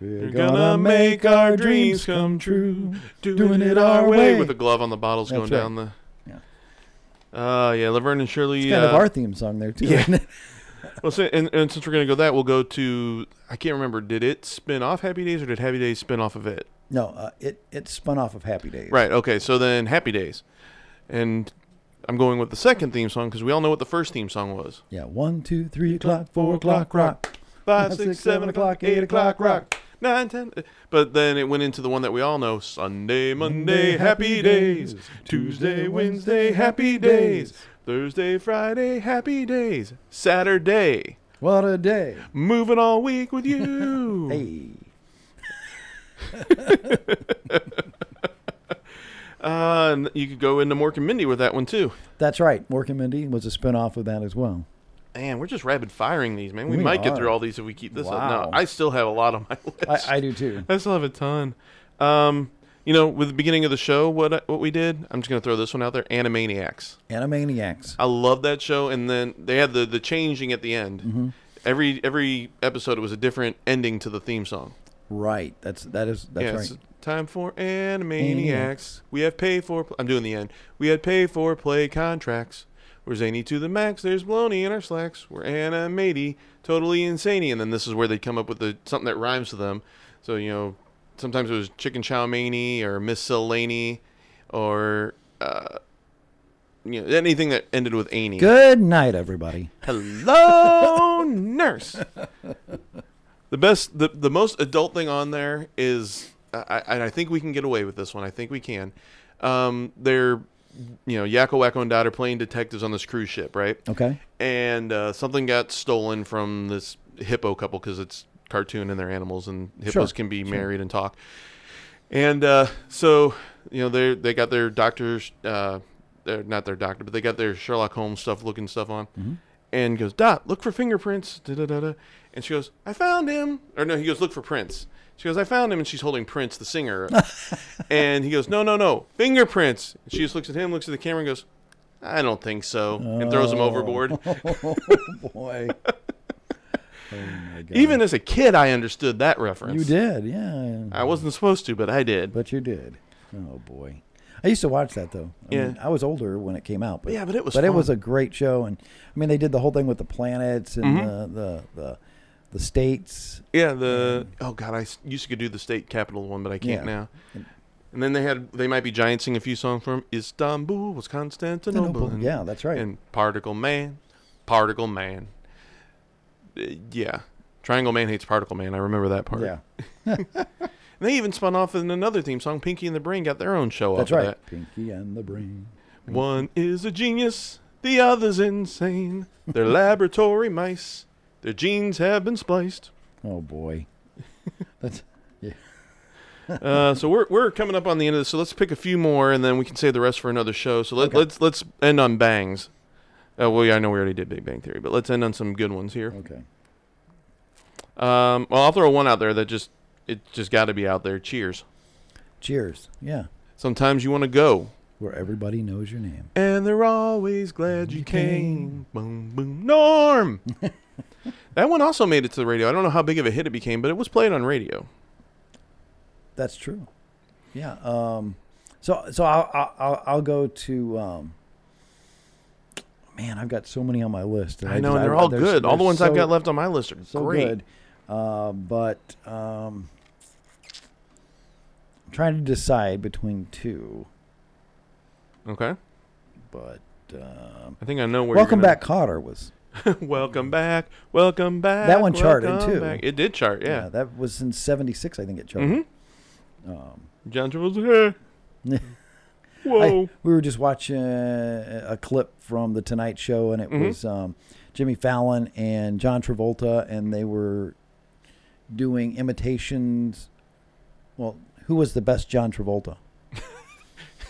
We're We're gonna make our dreams come true. Doing it our way. With a glove on the bottles That's going right. down the. Yeah. Uh, yeah, Laverne and Shirley. It's kind of uh, our theme song there too. yeah. isn't it? Well, si- and, and since we're gonna go that, we'll go to I can't remember. Did it spin off Happy Days or did Happy Days spin off of it? No, uh, it it spun off of Happy Days. Right. Okay. So then Happy Days, and I'm going with the second theme song because we all know what the first theme song was. Yeah. One, two, three o'clock, four o'clock, rock. Five, Five, six, six, seven seven o'clock, eight o'clock, rock. Nine, ten. uh, But then it went into the one that we all know: Sunday, Monday, Happy Days. Tuesday, Wednesday, Happy Days. Thursday, Friday, Happy Days. Saturday, What a day. moving all week with you. Hey. Uh, and you could go into Mork and Mindy with that one too. That's right. Mork and Mindy was a spin off of that as well. Man, we're just rapid firing these, man. We, We might get are. through all these if we keep this up. Wow. No, I still have a lot on my list. I, I do too. I still have a ton. Um, you know, with the beginning of the show, what I- what we did, I'm just gonna throw this one out there: Animaniacs. Animaniacs. I love that show, and then they had the the changing at the end. Mm-hmm. Every every episode, it was a different ending to the theme song. Right. That's that is that's yeah, right. it's time for Animaniacs. We have pay for. Pl- I'm doing the end. We had pay for play contracts. We're zany to the max. There's baloney in our slacks. We're animatey, totally insaney. And then this is where they come up with the something that rhymes to them. So you know, sometimes it was chicken chow mani or miscellany, or uh, you know anything that ended with any. Good night, everybody. Hello, nurse. The best, the, the most adult thing on there is, I, I, and I think we can get away with this one. I think we can. Um, they're, you know, Yakko, Wacko, and Dot are playing detectives on this cruise ship, right? Okay. And uh, something got stolen from this hippo couple because it's cartoon and they're animals, and hippos Sure, can be married and talk. And uh, so, you know, they they got their doctors, uh, they're not their doctor, but they got their Sherlock Holmes stuff, looking stuff on, Mm-hmm. and goes, "Dot, look for fingerprints." Da da da da. And she goes, "I found him." Or no, he goes, "Look for prints." She goes, "I found him," and she's holding Prince, the singer. and he goes, "No, no, no, fingerprints." And she just looks at him, looks at the camera, and goes, "I don't think so," and throws him overboard. Oh boy. Oh my god. Even as a kid, I understood that reference. you did, yeah. I wasn't supposed to, but I did. But you did. Oh boy. I used to watch that though. I Yeah. mean, I was older when it came out, but Yeah, but it was But it fun. was a great show, and I mean, they did the whole thing with the planets and Mm-hmm. the, the the the states. Yeah, the oh god, I s- used to do the state capital one, but I can't Yeah. now. And then they had they might be giant sing a few songs from Istanbul was Constantinople. And, Yeah, that's right. And Particle Man, Particle Man. Uh, yeah, Triangle Man hates Particle Man. I remember that part. yeah, And they even spun off in another theme song. Pinky and the Brain got their own show that's off right. of Pinky and the Brain. that. One is a genius, the other's insane. They're laboratory mice. Their genes have been spliced. Oh boy. that's yeah. Uh, so we're, we're coming up on the end of this. So let's pick a few more, and then we can save the rest for another show. So let, Okay. let's let's end on bangs. Uh, well, yeah, I know we already did Big Bang Theory, but let's end on some good ones here. Okay. Um, well, I'll throw one out there that just it just got to be out there. Cheers. Cheers. Yeah. Sometimes you want to go, Where everybody knows your name. and they're always glad you came. Boom, boom, Norm. that one also made it to the radio. I don't know how big of a hit it became, but it was played on radio. That's true. Yeah. Um, so so I'll, I'll- I'll I'll go to. Um, man, I've got so many on my list. and I know, just- and they're all there's- good. all the there's ones I've so- got left on my list are So great. good. Uh, but um, I'm trying to decide between two. Okay. But um, I think I know where. Welcome you're Back, Cotter was Back. welcome back. Welcome back. That one charted, welcome too. back. It did chart. yeah. Yeah. that was in '76, I think Um, it charted. mm-hmm. John Travolta. eh. I- Whoa. we were just watching a clip from the Tonight Show, and it was um, Jimmy Fallon and John Travolta, and they were doing imitations. Well, who was the best John Travolta?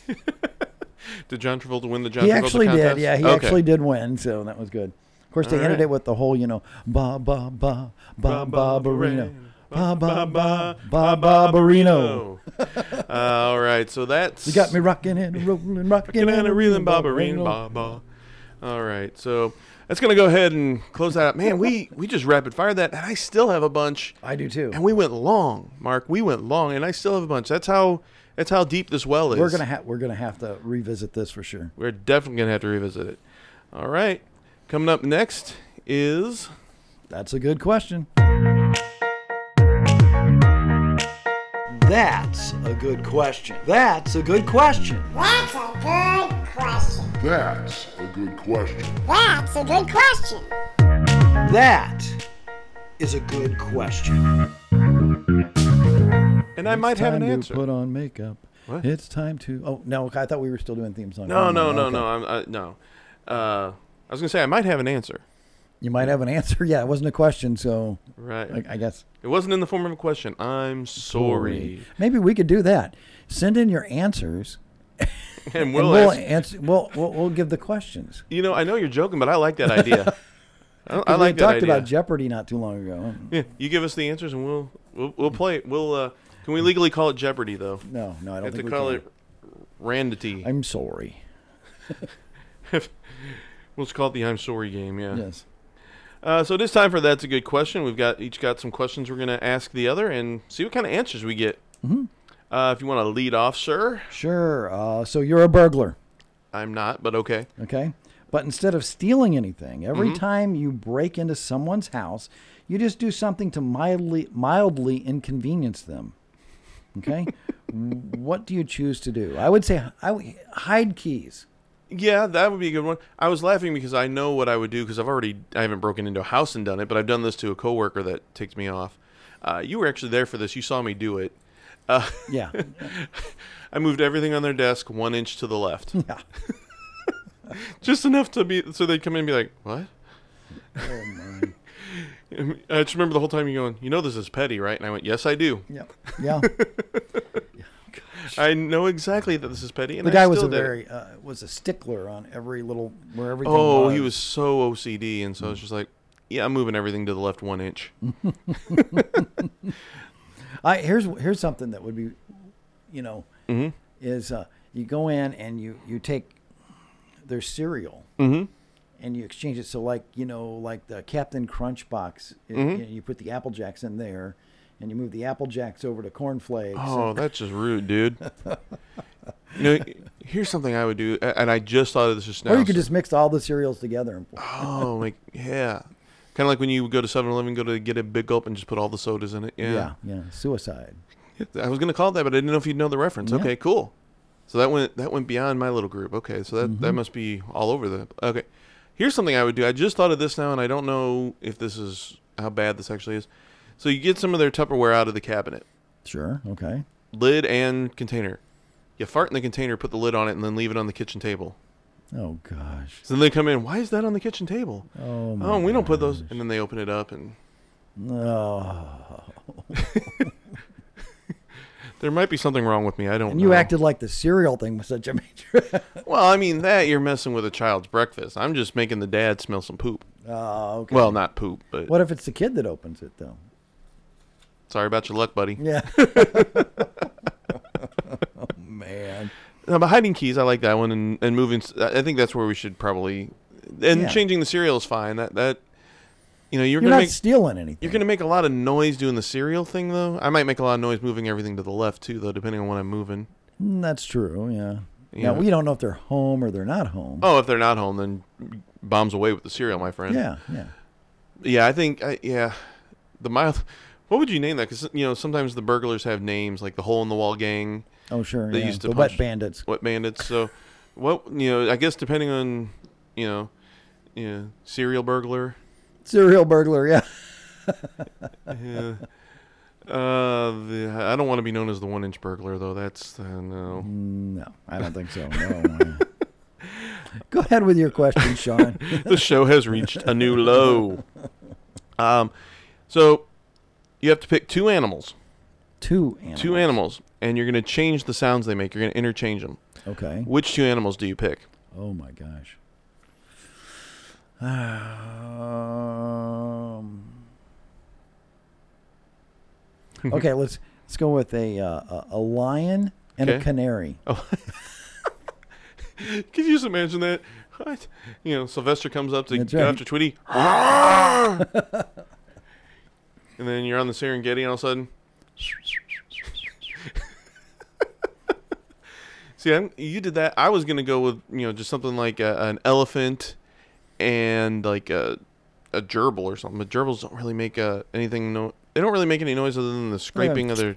did John Travolta win the John he Travolta actually contest? did. Yeah, he Okay. actually did win. So that was good. Of course, they All ended right. it with the whole, you know, ba ba ba ba ba barino, ba ba ba ba ba Barbarino. barino. Oh. All right, so that's You got me rocking and rolling, rocking Rockin' and a reeling, ba barbarino, ba ba. All right, so that's gonna go ahead and close that up. Man, we we just rapid fired that, and I still have a bunch. I do too. And we went long, Mark. We went long, and I still have a bunch. That's how that's how deep this well is. We're gonna have we're gonna have to revisit this for sure. We're definitely gonna have to revisit it. All right, coming up next is That's a good question. That's a good question. That's a good question. That's a good question. That's a good question. That's a good question. That is a good question. and I might have time an to answer. Put on makeup. What? It's time to. Oh no! I thought we were still doing theme song. No, Never no, mind. no, Okay. no. I'm, I, no. Uh, I was gonna say I might have an answer. You might have an answer. Yeah, it wasn't a question, so Right. I, I guess. it wasn't in the form of a question. I'm sorry. Maybe we could do that. Send in your answers, And and we'll, we'll ask- answer. We'll, we'll we'll give the questions. you know, I know you're joking, but I like that idea. I, I 'Cause like we that talked idea. about Jeopardy not too long ago. yeah, you give us the answers, and we'll we'll, we'll play it. We'll uh, can we legally call it Jeopardy though? No, no, I don't have to think we call can. it Randity. I'm sorry. We'll just call it the I'm sorry game. Yeah. Yes. Uh, so it is time for that's a good question. We've got each got some questions we're gonna ask the other and see what kind of answers we get. Mm-hmm. Uh, if you want to lead off, sir, Sure. Uh, so you're a burglar. I'm not, but okay. Okay. But instead of stealing anything, every Mm-hmm. time you break into someone's house, you just do something to mildly mildly inconvenience them. Okay? what do you choose to do? I would say I would, hide keys. Yeah, that would be a good one. I was laughing because I know what I would do because I've already I haven't broken into a house and done it, but I've done this to a coworker that ticked me off. Uh, you were actually there for this. You saw me do it. Yeah. I moved everything on their desk one inch to the left. Yeah. Just enough to be so they'd come in and be like, "What?" Oh my. I just remember the whole time you going, "You know this is petty, right?" And I went, "Yes, I do. yeah. Yeah. I know exactly that this is petty." And The I guy was still a did it." very uh, was a stickler on every little where everything Oh, he was so OCD, and so I was just like, "Yeah, I'm moving everything to the left one inch." I here's here's something that would be, you know, Mm-hmm. is uh, you go in and you you take their cereal Mm-hmm. and you exchange it. So like you know like the Captain Crunch box, it- Mm-hmm. you, know, you put the Apple Jacks in there, and you move the Apple Jacks over to Corn Flakes. Oh, that's just rude, dude. you know, here's something I would do, a- and I just thought of this just now. or you could so- just mix all the cereals together. And, oh, like yeah, kind of like when you go to 7-Eleven, go to get a big gulp, and just put all the sodas in it. yeah, Yeah, yeah, suicide. I was gonna call it that, but I didn't know if you'd know the reference. Okay, cool. So that went that went beyond my little group. Okay, so that Mm-hmm. that must be all over the. Okay, here's something I would do. I just thought of this now, and I don't know if this is how bad this actually is. So you get some of their Tupperware out of the cabinet. Sure. Okay. lid and container. You fart in the container, put the lid on it, and then leave it on the kitchen table. Oh gosh. So then they come in. Why is that on the kitchen table? Oh my. Oh, we don't put those. And then they open it up, and Oh. No. there might be something wrong with me. I don't. And you know. acted like the cereal thing was such a major. well. I mean, that you're messing with a child's breakfast. I'm just making the dad smell some poop. oh, okay. Well, not poop, but What if it's the kid that opens it though? sorry about your luck, buddy. Yeah. oh man. No, but hiding keys, I like that one, and and moving. s- I I think that's where we should probably. And Yeah. changing the cereal is fine. That that. You know, you're, You're gonna make not stealing anything. You're gonna make a lot of noise doing the cereal thing, though. I might make a lot of noise moving everything to the left too, though, depending on when I'm moving. Mm, That's true. Yeah. Yeah. Now we don't know if they're home or they're not home. Oh, if they're not home, then bombs away with the cereal, my friend. Yeah. Yeah. yeah. I think, I, yeah, the mild. What would you name that? Because you know, sometimes the burglars have names like the Hole in the Wall Gang, Oh sure. They yeah. used to the wet punch- bandits. Wet Bandits. So What you know? I guess depending on you know, you know, serial burglar. Serial burglar, yeah. Yeah. Uh, the, I don't want to be known as the one inch burglar though. That's uh, no. Mm, No, I don't think so. No. Go ahead with your question, Sean. the show has reached a new low. Um, so you have to pick two animals, Two animals. two animals, and you're going to change the sounds they make. You're going to interchange them. Okay. Which two animals do you pick? Oh my gosh. Um, okay, let's let's go with a uh, a- a lion and a Okay. canary. Could you just imagine that? What? You know, Sylvester comes up to That's go right. after Tweety. and then you're on the Serengeti, and all of a sudden. See, I'm, you did that. I was going to go with, you know, just something like a, an elephant and like a, a gerbil or something. But gerbils don't really make uh anything. No, They don't really make any noise other than the scraping of their.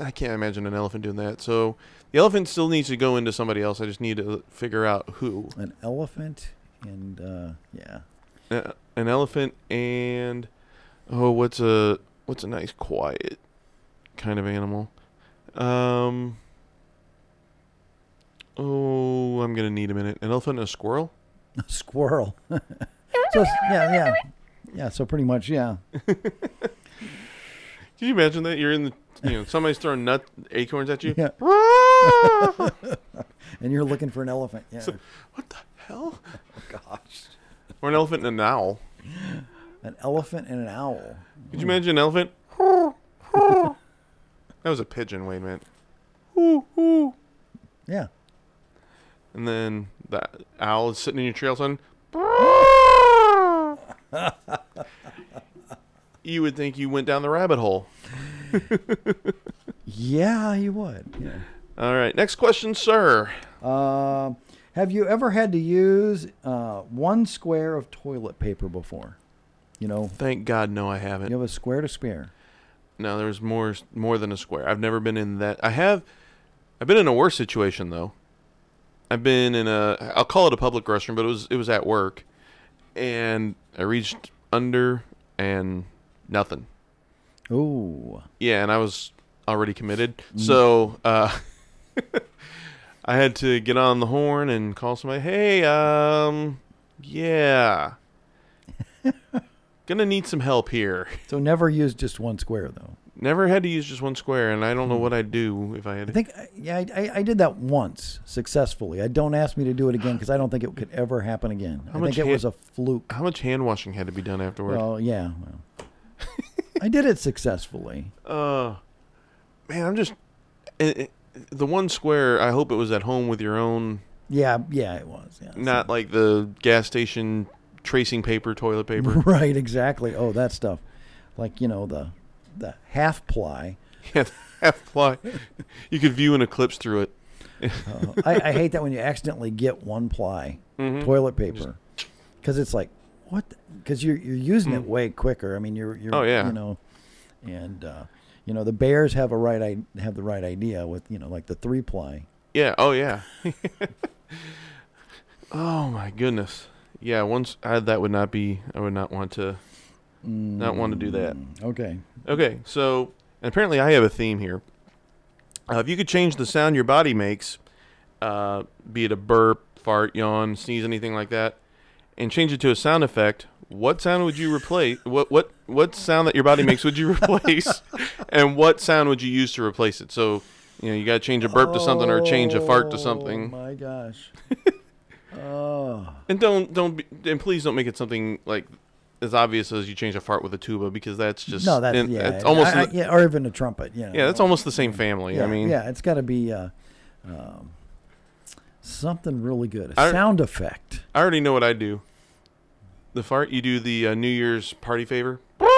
I can't imagine an elephant doing that. So the elephant still needs to go into somebody else. I just need to figure out who. An elephant and uh, yeah, Uh, an elephant and oh, what's a what's a nice quiet kind of animal? Um. Oh, I'm gonna need a minute. An elephant and a squirrel. a squirrel. so it's- yeah, yeah, yeah. So pretty much, yeah. Can you imagine that? You're in the you know somebody's throwing nut acorns at you. Yeah. what And you're looking for an elephant. Yeah, the hell? gosh, Or an elephant and an owl. an elephant and an owl. Could you imagine an elephant? that was a pigeon. Wait a minute. Hoo, hoo. Yeah, And then that owl is sitting in your tree all of a sudden. you would think you went down the rabbit hole. yeah, you would. Yeah. All right, next question, sir. Uh, have you ever had to use uh, one square of toilet paper before? You know, Thank God, no, I haven't. you have a square to spare. No, there's more more than a square. I've never been in that. I have. I've been in a worse situation though. I've been in a. I'll call it a public restroom, but it was it was at work, and I reached under and nothing. Ooh, Yeah, and I was already committed, Mm. so uh, I had to get on the horn and call somebody. Hey, um, yeah, gonna need some help here. so never use just one square though. Never had to use just one square, and I don't know what I'd do if I had. Hmm. I think uh, yeah, I, I, I did that once successfully. I don't ask me to do it again because I don't think it could ever happen again. I much think it hand- was a fluke. How much hand washing had to be done afterward? Well, yeah, well. I did it successfully. uh, man, I'm just i i the one square. I hope it was at home with your own, Yeah, yeah, it was. Yeah, not like the gas station tracing paper, toilet paper. right, exactly. Oh, that stuff, like you know the the half ply. yeah, half ply. You could view an eclipse through it. Uh-huh. I, I hate that when you accidentally get one ply Mm-hmm. toilet paper because it's like what because you're you're using it way quicker. I mean you're you're Mm. Oh, yeah. you know and uh, you know the bears have a right I have the right idea with you know like the three ply. Yeah. Oh yeah. oh my goodness. Yeah. Once I, that would not be. I would not want to. Not want to do that. Okay, Okay, so and apparently I have a theme here. Uh, if you could change the sound your body makes, uh, be it a burp, fart, yawn, sneeze, anything like that, and change it to a sound effect, what sound would you replace? What what what sound that your body makes would you replace? and what sound would you use to replace it? So you know you got to change a burp to something or change a fart to Oh, something. My gosh, Oh. And don't don't be, and please don't make it something like as obvious as you change a fart with a tuba because that's just no, that's and yeah, it's almost I- I- the- yeah, or even a trumpet. Yeah, Yeah, that's almost the same family. Yeah, I mean, yeah, it's got to be uh, um, something really good, a I- sound effect. I already know what I do. The fart, you do the uh, New Year's party favor. you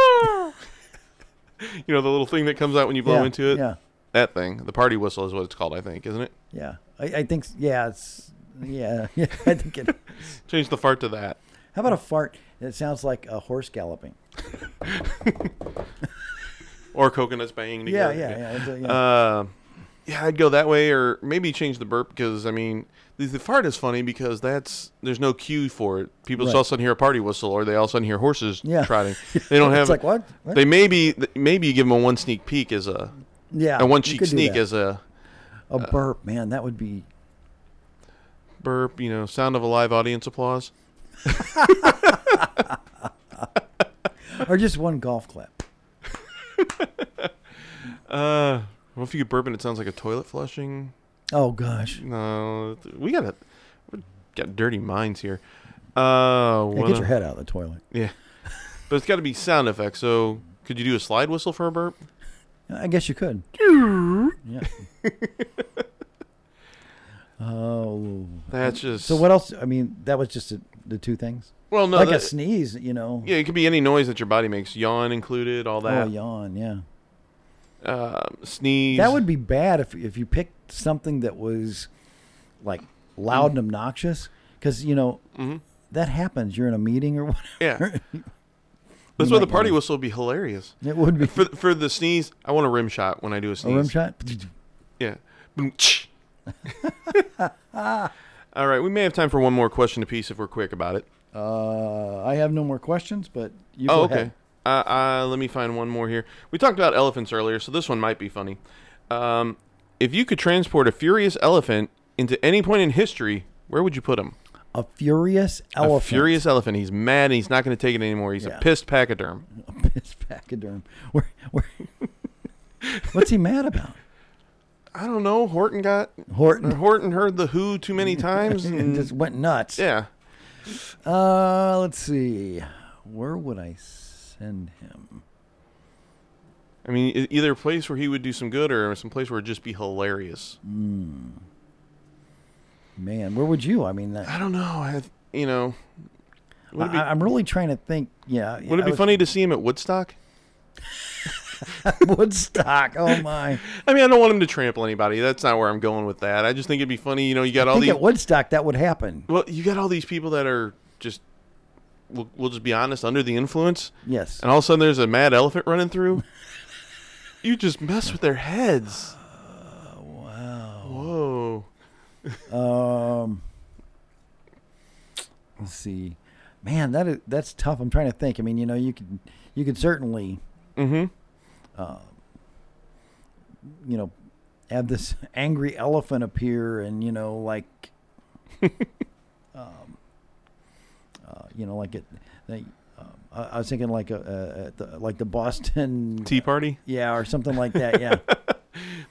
know, the little thing that comes out when you blow Yeah, into it? yeah. That thing. The party whistle is what it's called, I think, isn't it? Yeah, I, I think s- yeah, it's yeah, yeah. I think it. Change the fart to that. How about a fart? It sounds like a horse galloping. Or coconuts banging Yeah, together. yeah, yeah. it's a- yeah. Uh, yeah, I'd go that way, or maybe change the burp because I mean, the, the fart is funny because that's there's no cue for it. People just Right. all of a sudden hear a party whistle, or they all of a sudden hear horses Yeah. trotting. They don't It's have like, what? What? They maybe th- maybe you give them a one sneak peek as a Yeah, a one you cheek could do sneak uh, that. as a a burp, man. That would be burp, you know, sound of a live audience applause. or just one golf clap. Uh, what if you could burp and it sounds like a toilet flushing? Oh gosh, No, th- we got a we got dirty minds here. Uh, Hey, wanna- get your head out of the toilet. yeah, but it's got to be sound effects. So could you do a slide whistle for a burp? I guess you could. Yeah. oh, That's just so what else? I mean, that was just the the two things. Well, no, like a that- sneeze, you know. yeah, it could be any noise that your body makes, yawn included, all Oh, that. yawn. Yeah. Uh, sneeze. That would be bad if if you picked something that was like loud and Mm-hmm. obnoxious, because you know that happens. You're in a meeting or whatever. yeah. That's why the might party wanna- whistle would be hilarious. It would be For for the sneeze, I want a rim shot when I do a a sneeze. rim shot. Yeah. Boom, tsh. All right, we may have time for one more question apiece if we're quick about it. Uh, I have no more questions, but you Oh, okay. go ahead. Uh, uh, let me find one more here. We talked about elephants earlier, so this one might be funny. Um, if you could transport a furious elephant into any point in history, where would you put him? A furious elephant. A furious elephant. He's mad and he's not going to take it anymore. He's Yeah. a pissed pachyderm. Piss pachyderm. Where, where, what's he mad about? I don't know. Horton got Horton. Horton heard the Who too many times, and and just went nuts. yeah, Uh, let's see. Where would I send him? I mean, e- either a place where he would do some good or some place where it'd just be hilarious. Man, where would you? I mean, that, I don't know. I, you know, would it be, I, I'm really trying to think. Yeah. would it I be was- funny to see him at Woodstock? Woodstock. Oh my. I mean, I don't want him to trample anybody. That's not where I'm going with that. I just think it'd be funny. You know, you got I all think these. at Woodstock that would happen. well, you got all these people that are just. We'll, we'll just be honest, under the influence, Yes. and all of a sudden there's a mad elephant running through. you just mess with their heads. wow. Whoa. Um, let's see. Man, that is, that's tough. I'm trying to think. I mean, you know, you could you could certainly, mm-hmm. uh, you know, have this angry elephant appear, and you know, like, um, uh, you know, like it. They, um, I, I was thinking like a, a, at the, like the Boston Tea party. yeah, or something like that. Yeah.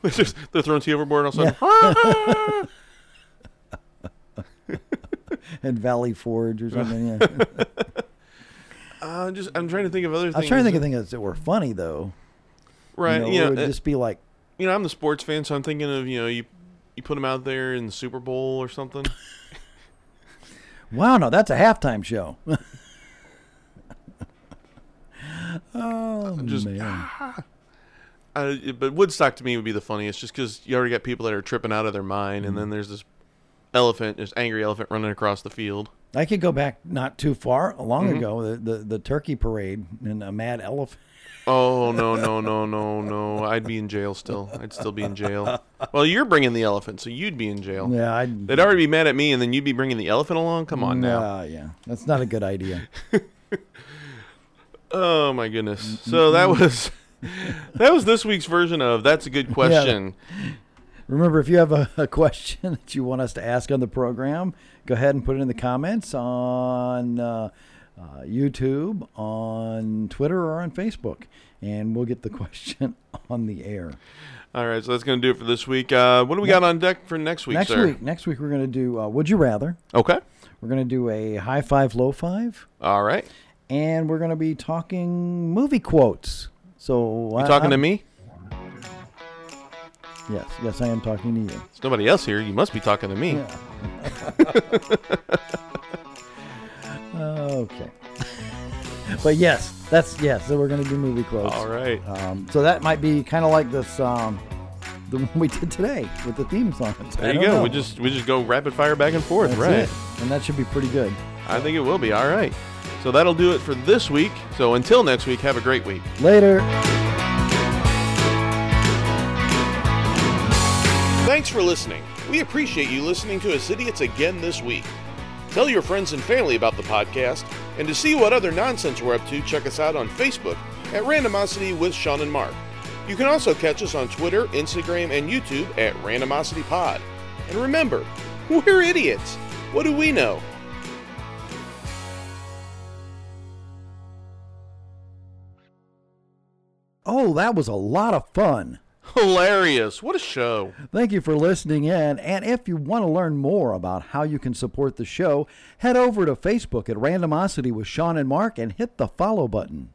They're just- they're throwing tea overboard. and All of a sudden, "Ah!" and Valley Forge or something. Yeah. Uh, just I'm trying to think of other things. I was trying to think of things that were funny though. Right. You know, You know, it would uh, just be like, you know, I'm the sports fan, so I'm thinking of you know you you put them out there in the Super Bowl or something. wow, no, that's a halftime show. oh just- man, Uh, but Woodstock to me would be the funniest, just because you already got people that are tripping out of their mind, Mm. and then there's this elephant, this angry elephant running across the field. I could go back not too far, long Mm-hmm. ago, the, the the turkey parade and a mad elephant. Oh no no no no no! I'd be in jail still. I'd still be in jail. Well, you're bringing the elephant, so you'd be in jail. Yeah, I'd, They'd already be mad at me, and then you'd be bringing the elephant along. Come on now. Nah, yeah, that's not a good idea. Oh my goodness. So that was that was this week's version of That's a Good Question. Remember, if you have a, a question that you want us to ask on the program, go ahead and put it in the comments on uh, uh, YouTube, on Twitter, or on Facebook, and we'll get the question on the air. All right, so that's going to do it for this week. Uh, what do we got on deck for next week, next sir? week, next week we're going to do uh, Would You Rather. Okay. We're going to do a high five, low five, All right. and we're going to be talking movie quotes. So You talking to me? Yes, yes, I am talking to you. There's nobody else here. You must be talking to me. Yeah. okay. But yes, that's yes. So we're gonna do movie quotes. All right. Um, so that might be kind of like this, um, the one we did today with the theme song. I There you don't go. know. We just we just go rapid fire back and forth, That's right? it. and that should be pretty good. I think it will be. All right. So that'll do it for this week. So until next week, have a great week. Later. Thanks for listening. We appreciate you listening to As Idiots again this week. Tell your friends and family about the podcast, and to see what other nonsense we're up to, check us out on Facebook at Randomosity with Sean and Mark. You can also catch us on Twitter, Instagram, and YouTube at Randomosity Pod. And remember, we're idiots. What do we know? Oh, that was a lot of fun. Hilarious. What a show. Thank you for listening in. And if you want to learn more about how you can support the show, head over to Facebook at Randomosity with Sean and Mark and hit the follow button.